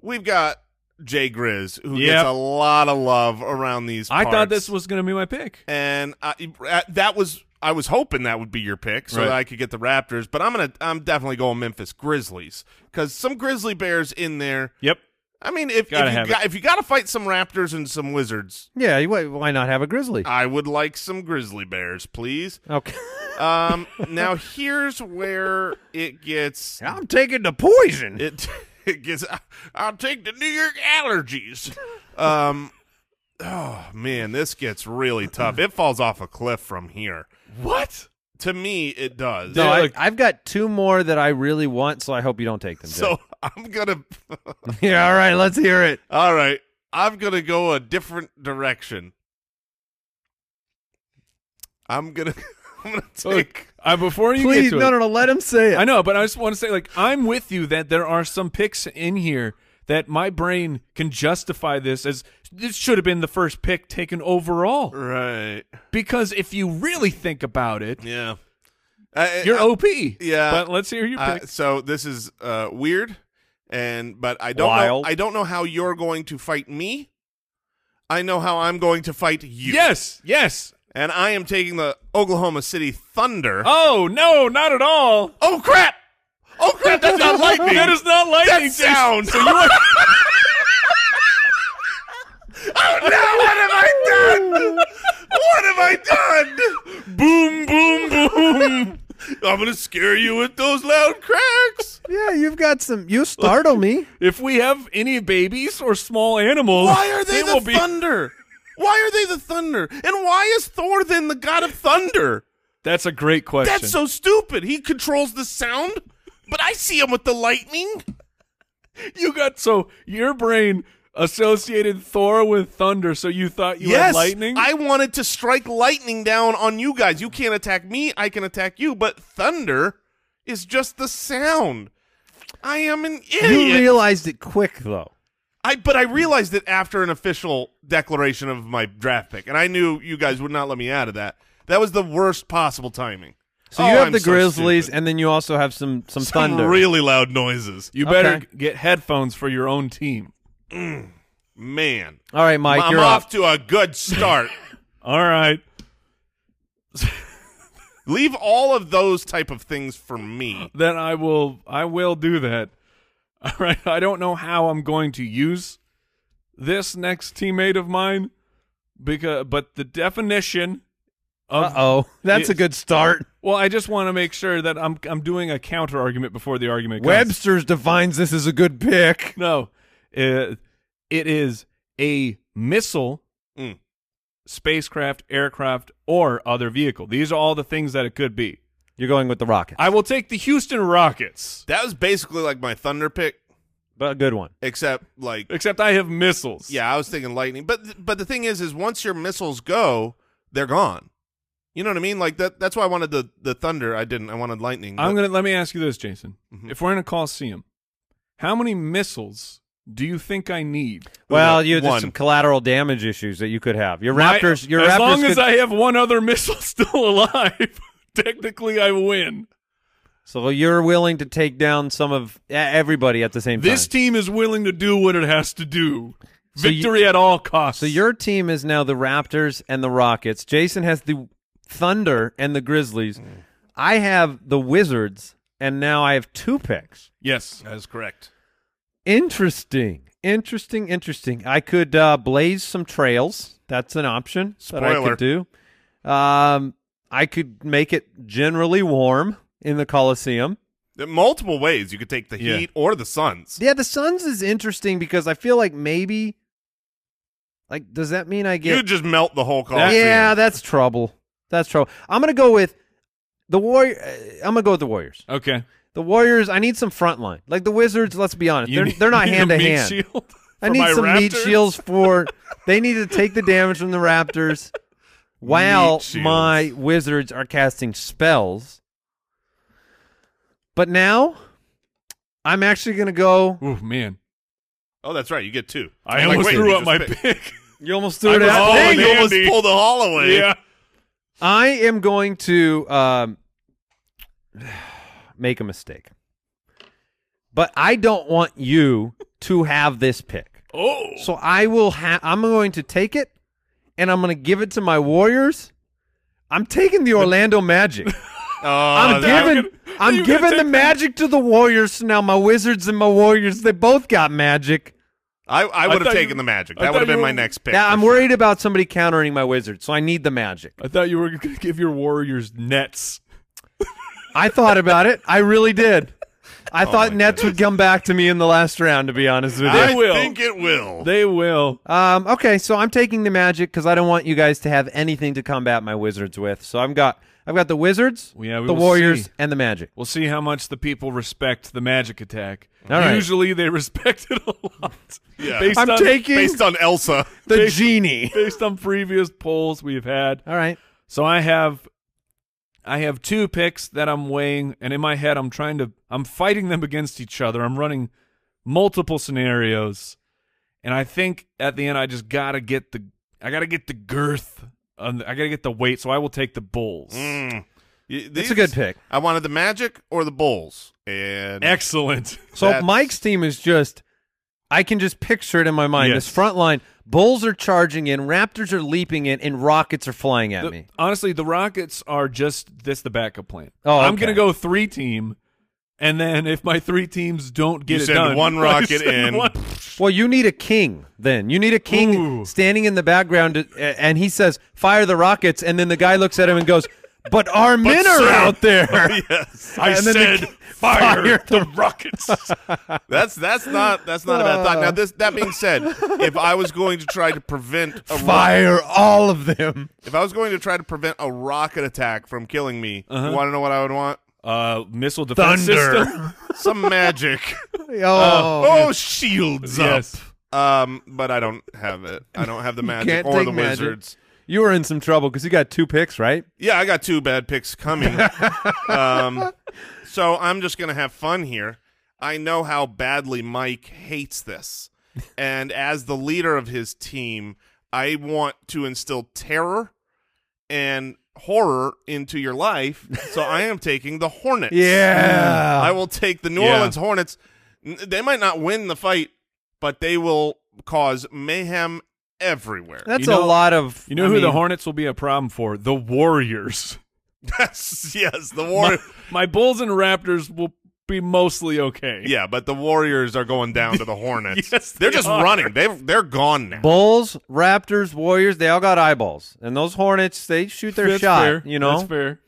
S4: We've got Jay Grizz, who
S1: Yep.
S4: gets a lot of love around these.
S1: I thought
S4: parts.
S1: this was gonna be my pick.
S4: and I, uh, that was I was hoping that would be your pick so
S1: Right.
S4: that I could get the Raptors, but I'm gonna I'm definitely going Memphis Grizzlies because some Grizzly Bears in there.
S1: Yep.
S4: I mean, if, if
S1: Gotta
S4: you
S1: have
S4: got, if you got to fight some Raptors and some Wizards,
S2: Yeah, you- why- why not have a grizzly?
S4: I would like some Grizzly Bears, please.
S2: Okay.
S4: Um, now here's where it gets
S2: I'm taking the poison.
S4: it it gets. I'll take the New York allergies. Um, oh man, this gets really tough. It falls off a cliff from here.
S1: What?
S4: To me, it does.
S2: No,
S1: Yeah,
S2: I,
S1: like-
S2: I've got two more that I really want, so I hope you don't take them.
S4: so I'm gonna.
S2: Jay. yeah, all right, let's hear it.
S4: all right, I'm gonna go a different direction. I'm gonna. I'm gonna
S1: Look,
S4: take.
S1: I, before you
S2: Please,
S1: get to
S2: no,
S1: it,
S2: no, no, let him say it.
S1: I know, but I just want to say, like, I'm with you that there are some picks in here that my brain can justify this as this should have been the first pick taken overall.
S4: Right.
S1: Because if you really think about it,
S4: Yeah. I-
S1: you're
S4: I-
S1: OP.
S4: yeah.
S1: But let's hear your
S4: Uh,
S1: pick.
S4: so this is uh, weird, and but I don't
S2: Wild.
S4: know. I don't know how you're going to fight me. I know how I'm going to fight you.
S1: Yes, yes.
S4: and I am taking the Oklahoma City Thunder.
S1: Oh, no, not at all.
S4: Oh, crap! Oh crap! That's not lightning.
S1: That is not
S4: that
S1: lightning. Jason.
S4: sound. So you are. oh no! What Oh, have I done? What have I done? Boom! Boom! Boom! I'm gonna scare you with those loud cracks.
S2: yeah, you've got some. You startle me.
S1: If we have any babies or small animals,
S4: Why are they, the
S1: will be-
S4: thunder? Why are they the thunder? And why is Thor then the god of thunder?
S1: That's a great question.
S4: That's so stupid. He controls the sound, but I see him with the lightning.
S1: You got so your brain associated Thor with thunder, so you thought you had lightning.
S4: I wanted to strike lightning down on you guys. You can't attack me, I can attack you, but thunder is just the sound. I am an idiot.
S2: You realized it quick though.
S4: I but I realized it after an official declaration of my draft pick, and I knew you guys would not let me out of that. That was the worst possible timing.
S2: So
S4: Oh,
S2: you have
S4: I'm
S2: the
S4: so
S2: Grizzlies,
S4: stupid.
S2: and then you also have some some,
S4: Some
S2: thunder.
S4: really loud noises.
S1: you better
S2: Okay.
S1: get headphones for your own team.
S4: Man,
S2: All right, Mike,
S4: I'm
S2: you're
S4: off
S2: up.
S4: to a good start.
S1: All right.
S4: Leave all of those type of things for me.
S1: then I will I will do that. All right. I don't know how I'm going to use this next teammate of mine because but the definition of
S2: Uh oh, that's a good start.
S1: well, I just want to make sure that I'm I'm doing a counter argument before the argument comes.
S2: Webster's defines this as a good pick.
S1: No. Uh, it is a missile,
S4: Mm.
S1: spacecraft, aircraft, or other vehicle. These are all the things that it could be.
S2: You're going with the Rockets,
S1: I will take the Houston Rockets,
S4: That was basically like my thunder pick,
S2: but a good one.
S4: except like
S1: except I have missiles.
S4: yeah, I was thinking lightning. But th- but the thing is, is once your missiles go, they're gone. You know what I mean? Like that. That's why I wanted the the thunder. I didn't. I wanted lightning.
S1: I'm
S4: but-
S1: gonna let me ask you this, Jason.
S2: Mm-hmm.
S1: If we're in a coliseum, how many missiles do you think I need?
S2: Well, you there's
S4: One.
S2: some collateral damage issues that you could have. Your
S1: My-
S2: Raptors, your
S1: as
S2: Raptors
S1: long
S2: could,
S1: as I have one other missile still alive, technically I win.
S2: So you're willing to take down some of e- everybody at the same
S1: This
S2: time.
S1: team is willing to do what it has to do.
S2: So you-
S1: Victory at all costs.
S2: so your team is now the Raptors and the Rockets. Jason has the Thunder and the Grizzlies.
S1: Mm.
S2: I have the Wizards, and now I have two picks.
S1: yes.
S4: That is correct.
S2: Interesting, interesting, interesting. I could uh, blaze some trails. That's an option that I
S4: Spoiler.
S2: could do. Um, I could make it generally warm in the Coliseum.
S4: There are multiple ways you could take the
S1: Yeah.
S4: heat or the suns.
S2: Yeah, the Suns is interesting because I feel like maybe, like, does that mean I
S4: You
S2: get?
S4: could just melt the whole car.
S2: yeah, that's trouble. That's trouble. I'm gonna go with the warrior. I'm gonna go with the Warriors.
S1: Okay.
S2: The Warriors. I need some front line, like the Wizards. Let's be honest,
S1: You
S2: they're,
S1: need-
S2: they're not
S1: need a
S2: hand to
S1: meat
S2: hand.
S1: shield
S2: I
S1: for
S2: need
S1: my
S2: some meat
S1: Raptors?
S2: shields for. they need to take the damage from the Raptors. While
S4: Meat shields.
S2: my Wizards are casting spells, but now I'm actually gonna go.
S1: Ooh man,
S4: Oh, that's right. You get two.
S1: I
S4: Like,
S1: almost
S4: wait,
S1: threw
S4: you
S1: up
S4: just
S1: my
S4: picked-
S1: pick.
S2: You almost threw it Oh,
S1: was
S2: out.
S1: all
S2: Dang,
S1: in
S4: you
S2: you
S1: it.
S4: almost
S1: Andy.
S4: pulled the Holloway.
S1: yeah.
S2: I am going to um, make a mistake, but I don't want you to have this pick.
S1: Oh.
S2: So I will have. I'm going to take it, and I'm going to give it to my Warriors. I'm taking the Orlando Magic.
S4: Oh,
S2: I'm
S4: that-
S2: giving.
S1: you
S2: I'm
S1: gonna
S2: giving
S1: take
S2: the
S1: the-
S2: Magic to the Warriors. So now my Wizards and my Warriors, they both got Magic.
S4: I, I would have
S1: thought you-
S4: taken the magic.
S1: I
S4: That
S1: thought
S4: would have been
S1: you
S4: my
S1: were-
S4: next pick.
S2: Now I'm
S4: for sure.
S2: worried about somebody countering my Wizards, so I need the Magic.
S1: I thought you were going to give your Warriors nets.
S2: I thought about it. I really did. I
S1: Oh
S2: thought
S4: my
S2: Nets would come back to me in the last round, to be honest with you.
S4: I
S1: They will.
S4: think it will.
S1: They will.
S2: um, okay, so I'm taking the Magic because I don't want you guys to have anything to combat my Wizards with. So I've got I've got the Wizards,
S1: Well, yeah, we
S2: the
S1: will
S2: Warriors,
S1: see.
S2: and the Magic.
S1: We'll see how much the people respect the magic attack.
S2: All right.
S1: Usually they respect it a lot.
S4: Yeah.
S1: Based
S2: I'm
S1: on,
S2: taking
S4: Based on Elsa.
S2: the
S1: based-
S2: Genie.
S1: based on previous polls we've had.
S2: All right.
S1: So I have I have two picks that I'm weighing and in my head I'm trying to I'm fighting them against each other. I'm running multiple scenarios. And I think at the end I just got to get the I got to get the girth. Um, I got to get the weight, so I will take the Bulls.
S4: Mm. Y-
S2: That's
S4: these-
S2: a good pick.
S4: I wanted the Magic or the Bulls, and
S1: Excellent.
S2: So
S4: That's-
S2: Mike's team is just I can just picture it in my mind. This
S1: Yes.
S2: front line, Bulls are charging in, Raptors are leaping in, and Rockets are flying at
S1: The-
S2: me.
S1: Honestly, the Rockets are just this the backup plan.
S2: Oh,
S1: I'm
S2: okay.
S1: gonna go three team, and then if my three teams don't get
S4: You
S1: it
S4: send
S1: done,
S4: one
S1: I
S4: rocket
S1: send
S4: in.
S1: one-
S2: Well, you need a king then. You need a king
S1: Ooh.
S2: standing in the background, uh, and he says, "Fire the rockets!" And then the guy looks at him and goes, "But our men are
S4: sir."
S2: out there."
S4: yes,
S1: I
S2: And then the
S1: said,
S2: ki-
S1: fire,
S2: fire
S1: the rockets.
S4: that's that's not that's not a bad thought. Now, this that being said, if I was going to try to prevent a ro-
S2: Fire all of them.
S4: if I was going to try to prevent a rocket attack from killing me,
S2: Uh-huh.
S4: you want to know what I would want?
S1: uh, missile defense
S2: Thunder.
S1: system.
S4: Some magic.
S2: Oh,
S4: oh, shields
S1: yes.
S4: up. Um, but I don't have it. I don't have the magic
S2: can't
S4: or
S2: take
S4: the
S2: magic.
S4: wizards.
S2: you were in some trouble because you got two picks, right?
S4: Yeah, I got two bad picks coming. um, so I'm just going to have fun here. I know how badly Mike hates this. And as the leader of his team, I want to instill terror and horror into your life. So I am taking the Hornets.
S2: Yeah.
S4: I will take the New
S1: Yeah.
S4: Orleans Hornets. N- They might not win the fight but they will cause mayhem everywhere.
S2: That's
S1: You know-
S2: a lot of.
S1: You know
S2: I
S1: who the
S2: mean,
S1: Hornets will be a problem for? The Warriors.
S4: That's yes, the
S1: My,
S4: war.
S1: my Bulls and Raptors will be mostly okay.
S4: Yeah, but the Warriors are going down to the Hornets.
S1: Yes,
S4: they're
S1: they
S4: just
S1: are.
S4: running. They they're gone now.
S2: Bulls, Raptors, Warriors, they all got eyeballs. And those Hornets, they shoot their
S1: That's
S2: shot.
S1: fair.
S2: You know?
S1: That's fair.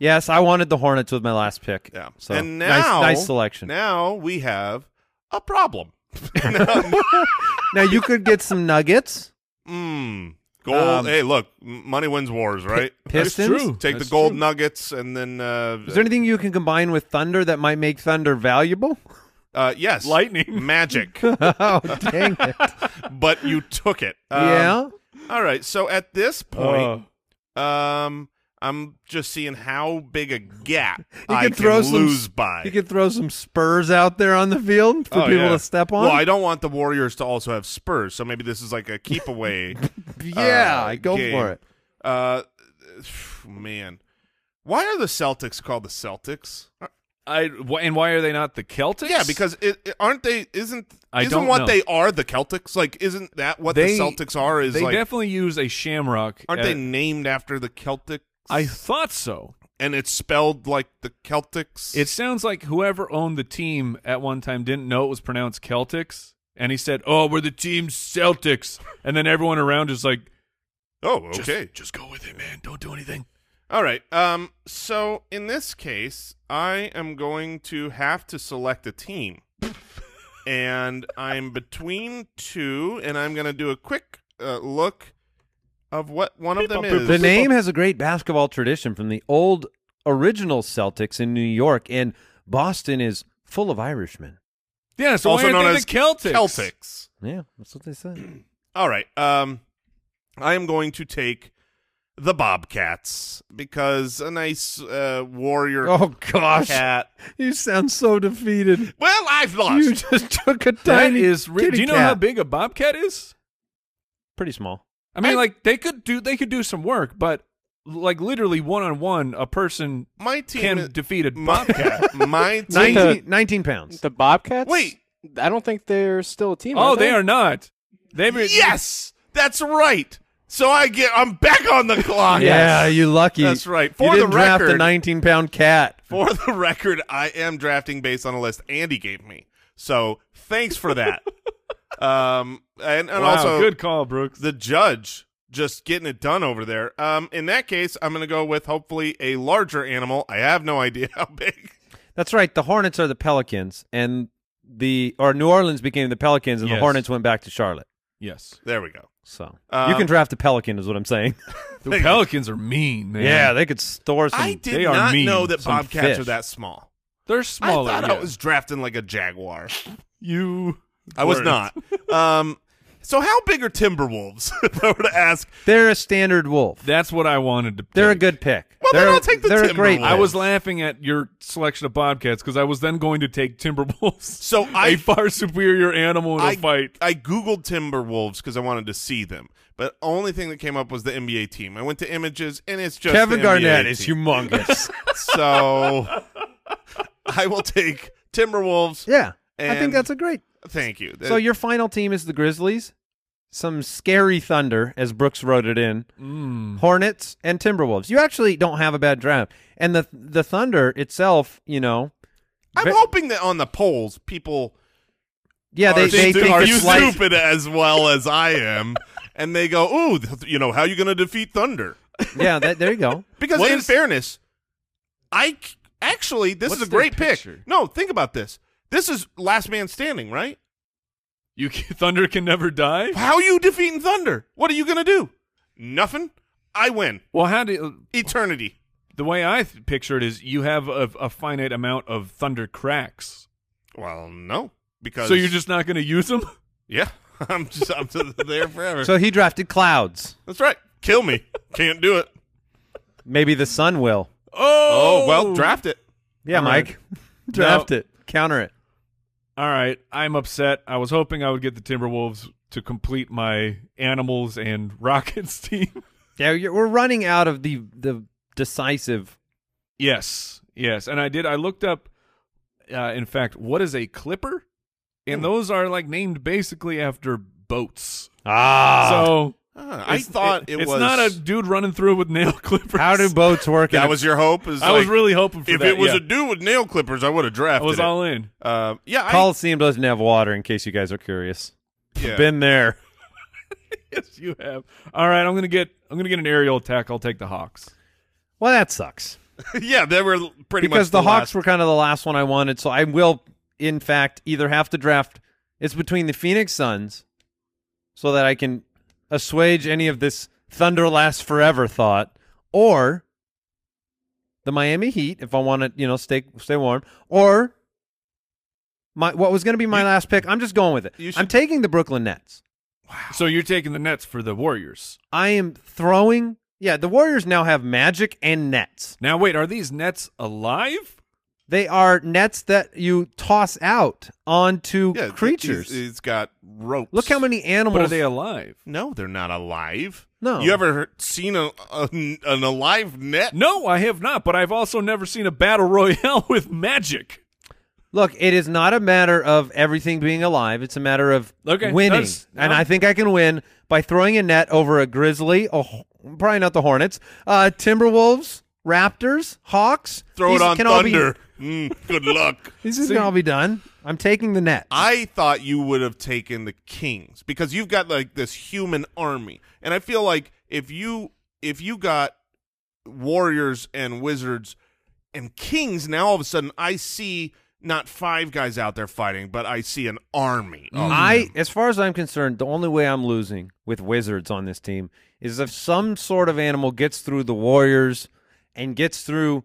S2: Yes, I wanted the Hornets with my last pick.
S4: Yeah.
S2: So
S4: and
S2: nice-
S4: now
S2: nice, selection. Now,
S4: Now we have a problem.
S2: you could get some Nuggets,
S4: Mm. Gold.
S2: Um,
S4: hey, look, m- money wins wars, right?
S2: Pistons.
S1: true.
S4: Take the
S1: That's
S4: gold
S1: true.
S4: nuggets and then uh,
S2: Is there anything you can combine with Thunder that might make Thunder valuable?
S4: uh yes,
S1: Lightning.
S4: magic.
S2: oh, dang
S4: Um,
S2: it!
S4: but you took it. Um,
S2: yeah. Uh.
S4: All right. So at this point, um, I'm just seeing how big a gap
S2: You
S4: I
S2: could throw
S4: can
S2: some-
S4: lose by.
S2: You could throw some Spurs out there on the field for
S4: Oh,
S2: people
S4: yeah.
S2: to step on.
S4: Well, I don't want the Warriors to also have Spurs, so maybe this is like a keep away.
S2: yeah,
S4: uh,
S2: go
S4: game.
S2: for it.
S4: uh, phew, man, why are the Celtics called the Celtics? Uh,
S1: I, wh- and why are they not the Celtics?
S4: Yeah, because it, it- aren't they? Isn't
S1: I
S4: isn't
S1: don't
S4: what
S1: know.
S4: they are the Celtics? Like, isn't that what
S1: They-
S4: the Celtics are? Is
S1: they
S4: like,
S1: definitely use a shamrock.
S4: aren't
S1: at-
S4: they named after the Celtics?
S1: I thought so.
S4: and it's spelled like the Celtics.
S1: It sounds like whoever owned the team at one time didn't know it was pronounced Celtics, and he said, "Oh, we're the team Celtics," and then everyone around is like,
S4: oh
S1: "Just-
S4: okay.
S1: just go with it, man. Don't do anything."
S4: All right. Um. So in this case, I am going to have to select a team, and I'm between two, and I'm going to do a quick uh, look of what one of them is.
S2: The name has a great basketball tradition from the old original Celtics in New York, and Boston is full of Irishmen.
S1: Yeah, so
S4: also
S1: why
S4: known
S1: aren't
S4: as
S1: they the Celtics?
S4: Celtics.
S2: Yeah, that's what they said.
S4: All right. Um, I am going to take the Bobcats because a nice uh, warrior
S2: Oh gosh,
S4: cat.
S2: you sound so defeated.
S4: Well, I've lost.
S2: You just took a
S1: That
S2: tiny.
S1: is. Ri-
S2: kitty
S1: do you know
S2: cat.
S1: how big a bobcat is?
S2: Pretty small.
S1: I mean, like they could do they could do some work, but like literally one on one, a person
S4: My team
S1: can
S4: is-
S1: defeat a
S4: my,
S1: bobcat.
S4: my team.
S2: 19, 19 pounds.
S5: The Bobcats?
S4: Wait.
S5: I don't think they're still a team.
S1: oh, they are not. They were-
S4: Yes, that's right. So I get. I'm back on the clock.
S2: Yeah, you lucky.
S4: That's right.
S2: you
S4: For the
S2: didn't draft a
S4: record-
S2: 19 pound cat.
S4: For the record, I am drafting based on a list Andy gave me. So thanks for that. um, and, and
S1: Wow,
S4: also
S1: good call, Brooks.
S4: the judge just getting it done over there. Um, in that case, I'm going to go with hopefully a larger animal. I have no idea how big.
S2: That's right. The Hornets are the Pelicans, and the or New Orleans became the Pelicans, and the
S1: Yes.
S2: Hornets went back to Charlotte.
S1: Yes,
S4: There we go.
S2: So you
S4: Um,
S2: can draft a Pelican, is what I'm saying.
S1: the Pelicans are mean, man.
S2: yeah, they could store some.
S4: I did
S1: they are
S4: not
S1: mean,
S4: know that
S1: some
S4: bobcats
S2: fish.
S4: are that small.
S1: they're smaller.
S4: I thought I
S1: yeah.
S4: was drafting like a jaguar.
S1: you.
S4: I was
S1: weren't.
S4: not. Um, so how big are Timberwolves? if I were to ask,
S2: They're a standard wolf.
S1: That's what I wanted to.
S2: They're a
S1: pick.
S2: good pick.
S4: Well, then
S2: they're
S4: I'll take the
S2: they're a great.
S4: Timberwolves.
S1: I was
S2: pick.
S1: laughing at your selection of bobcats because I was then going to take Timberwolves,
S4: so
S1: a
S4: I
S1: far superior animal in a
S4: I,
S1: fight.
S4: I googled Timberwolves because I wanted to see them, but only thing that came up was the NBA team. I went to images and it's just
S2: Kevin
S4: the
S2: Garnett
S4: NBA
S2: is
S4: team.
S2: humongous.
S4: So I will take Timberwolves.
S2: yeah, I
S4: And-
S2: think that's a great.
S4: Thank you.
S2: So your final team is the Grizzlies, some scary Thunder, as Brooks wrote it in, Hornets and Timberwolves. You actually don't have a bad draft, and the the Thunder itself, you know,
S4: I'm
S2: ve-
S4: hoping that on the polls, people
S2: yeah, they
S4: are,
S2: they
S4: stu-
S2: think
S4: are
S2: it's like
S4: stupid as well as I am, and they go, "Ooh, th- you know, how you going to defeat Thunder?"
S2: yeah. That, there you go.
S4: Because
S1: What
S4: in
S1: is-
S4: fairness, I c- actually this
S1: What's
S4: is a
S1: their
S4: great pick.
S1: picture?
S4: No, think about this. This is Last Man Standing, right?
S1: You can- thunder can never die.
S4: How you defeating Thunder? What are you gonna do? Nothing. I win.
S1: Well, how do
S4: Eternity.
S1: the way I th- picture it is you have a, a finite amount of thunder cracks,
S4: Well, no, because
S1: so you're just not going to use them.
S4: yeah. I'm just I'm just there forever.
S2: So he drafted clouds.
S4: That's right. Kill me. Can't do it.
S2: Maybe the sun will.
S4: Oh, well, draft it.
S2: Yeah,
S1: All right.
S2: Mike, draft it, counter it.
S1: All right, I'm upset. I was hoping I would get the Timberwolves to complete my animals and rockets team.
S2: Yeah, you're, we're running out of the the decisive.
S1: Yes, yes, and I did. I looked up, uh, in fact, what is a clipper? and
S4: Hmm.
S1: those are like named basically after boats.
S2: Ah.
S1: so
S4: Ah, I thought it,
S1: it's
S4: was
S1: not a dude running through with nail clippers.
S2: how do boats work? in
S4: That
S2: a-
S4: was your hope. Is
S1: I
S4: like,
S1: was really hoping for
S4: If
S1: that.
S4: it was
S1: yeah.
S4: a dude with nail clippers, I would have
S1: I
S4: drafted.
S1: was
S4: it.
S1: all in.
S4: Uh, yeah, I-
S2: Coliseum doesn't have water. In case you guys are curious,
S4: yeah.
S2: been there.
S1: Yes, you have. All right, I'm gonna get. I'm gonna get an aerial attack. I'll take the Hawks.
S2: Well, that sucks
S4: yeah, they were pretty much
S2: because the, Hawks
S4: last-
S2: were kind of the last one I wanted. So I will, in fact, either have to draft. It's between the Phoenix Suns, so that I can assuage any of this thunder lasts forever thought, or the Miami Heat if I want to, you know, stay stay warm, or my what was going to be my last pick. I'm just going with it.
S4: you
S2: I'm
S4: should-
S2: taking the Brooklyn Nets.
S1: So you're taking the Nets for the Warriors.
S2: I am throwing. Yeah, the Warriors now have Magic and Nets.
S1: Now wait, are these Nets alive?
S2: They are nets that you toss out onto
S4: yeah,
S2: creatures.
S4: He's, he's got ropes.
S2: Look how many
S1: But are
S2: animals.
S1: they alive?
S4: No, they're not alive.
S2: No.
S4: you ever heard- seen a, a- an alive net?
S1: No, I have not. But I've also never seen a battle royale with magic.
S2: Look, it is not a matter of everything being alive. It's a matter of
S1: Okay,
S2: winning.
S1: that's-
S2: And
S1: no.
S2: I think I can win by throwing a net over a grizzly, a, ho- probably not the hornets, uh, Timberwolves, Raptors, Hawks.
S4: Throw
S2: These
S4: it on
S2: can all be-
S4: thunder. Mm, good luck.
S2: these can all be done. I'm taking the net.
S4: I thought you would have taken the Kings because you've got like this human army, and I feel like if you if you got Warriors and Wizards and Kings, now all of a sudden I see not five guys out there fighting, but I see an army. Oh,
S1: Mm.
S4: of
S2: Oh, I, as far as I'm concerned, the only way I'm losing with wizards on this team is if some sort of animal gets through the Warriors and gets through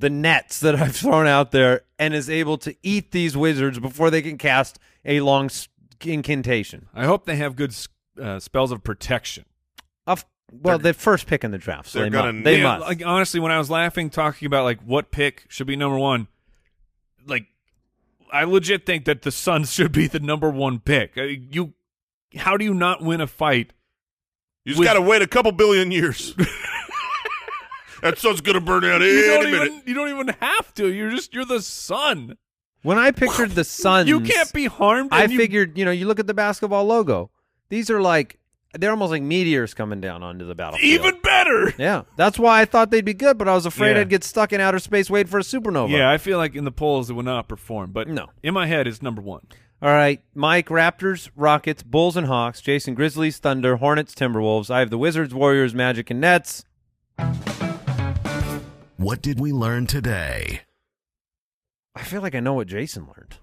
S2: the nets that I've thrown out there and is able to eat these wizards before they can cast a long s- incantation.
S1: I hope they have good s- uh, spells of protection.
S2: Of well, the first pick in the draft, so
S4: they're
S2: they
S4: gonna
S2: must. They
S1: Yeah,
S2: must.
S1: Like honestly, when I was laughing talking about like what pick should be number one, like I legit think that the Suns should be the number one pick. Uh, You, how do you not win a fight?
S4: You just
S1: With-
S4: got to wait a couple billion years. that sun's gonna burn out any
S1: You don't
S4: minute.
S1: even you don't even have to. You're just you're the Sun.
S2: when I pictured the Suns,
S1: You can't be harmed.
S2: I
S1: and you-
S2: figured, you know, you look at the basketball logo; these are like they're almost like meteors coming down onto the battlefield.
S1: even better.
S2: Yeah, that's why I thought they'd be good, but I was afraid
S1: Yeah.
S2: I'd get stuck in outer space waiting for a supernova.
S1: Yeah, I feel like in the polls it would not perform, but
S2: No.
S1: in my head it's number one.
S2: All right, Mike, Raptors, Rockets, Bulls, and Hawks, Jason, Grizzlies, Thunder, Hornets, Timberwolves. I have the Wizards, Warriors, Magic, and Nets.
S3: What did we learn today?
S2: I feel like I know what Jason learned.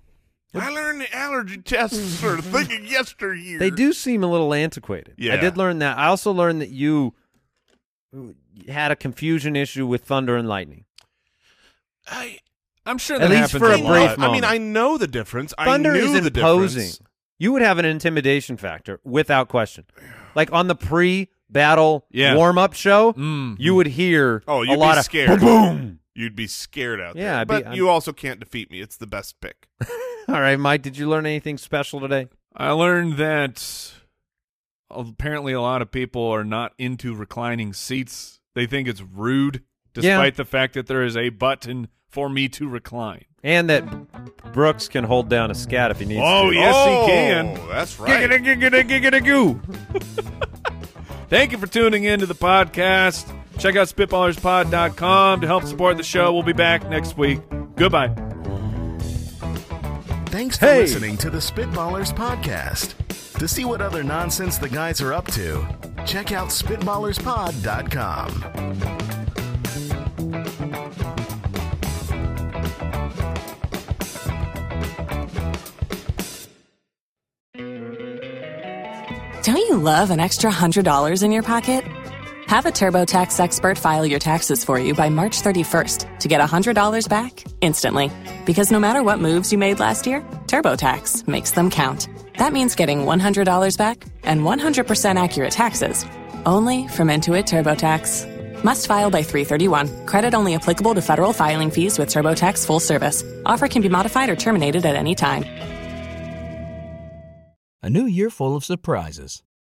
S4: I learned the allergy tests are thinking yesteryear.
S2: They do seem a little antiquated. I
S4: Yeah.
S2: did learn that. I also learned that you had a confusion issue with Thunder and Lightning.
S4: I,
S1: I'm sure
S2: At
S1: that
S2: least
S1: happens
S2: for a
S1: lot.
S2: brief
S4: I mean,
S2: moment.
S4: I know the difference.
S2: Thunder
S4: I knew
S2: is
S4: the
S2: imposing.
S4: difference.
S2: You would have an intimidation factor without question. Like on the pre-battle
S1: Yeah.
S2: warm-up show,
S1: Mhm.
S2: you would hear
S4: Oh,
S2: a
S4: you'd
S2: lot
S4: be
S2: of
S4: scared.
S2: boom.
S4: You'd be scared out
S2: Yeah,
S4: there.
S2: I'd be-
S4: but
S2: I'm-
S4: you also can't defeat me. It's the best pick.
S2: All right, Mike, did you learn anything special today?
S1: I learned that apparently a lot of people are not into reclining seats. They think it's rude,
S2: Yeah.
S1: despite the fact that there is a button for me to recline.
S2: And that Brooks can hold down a scat if he needs
S1: Oh,
S2: to.
S1: Yes, he
S4: oh,
S1: can.
S4: That's right.
S1: Giggity, giggity, giggity, goo. Thank you for tuning in to the podcast. Check out spitballerspod.com to help support the show. We'll be back next week. Goodbye.
S3: Thanks for
S2: Hey.
S3: listening to the Spitballers Podcast. To see what other nonsense the guys are up to, check out SpitballersPod.com.
S6: Don't you love an extra $100 in your pocket? Have a TurboTax expert file your taxes for you by March 31st to get $100 back instantly. Because no matter what moves you made last year, TurboTax makes them count. That means getting $100 back and 100% accurate taxes only from Intuit TurboTax. Must file by 331. Credit only applicable to federal filing fees with TurboTax full service. Offer can be modified or terminated at any time.
S7: A new year full of surprises.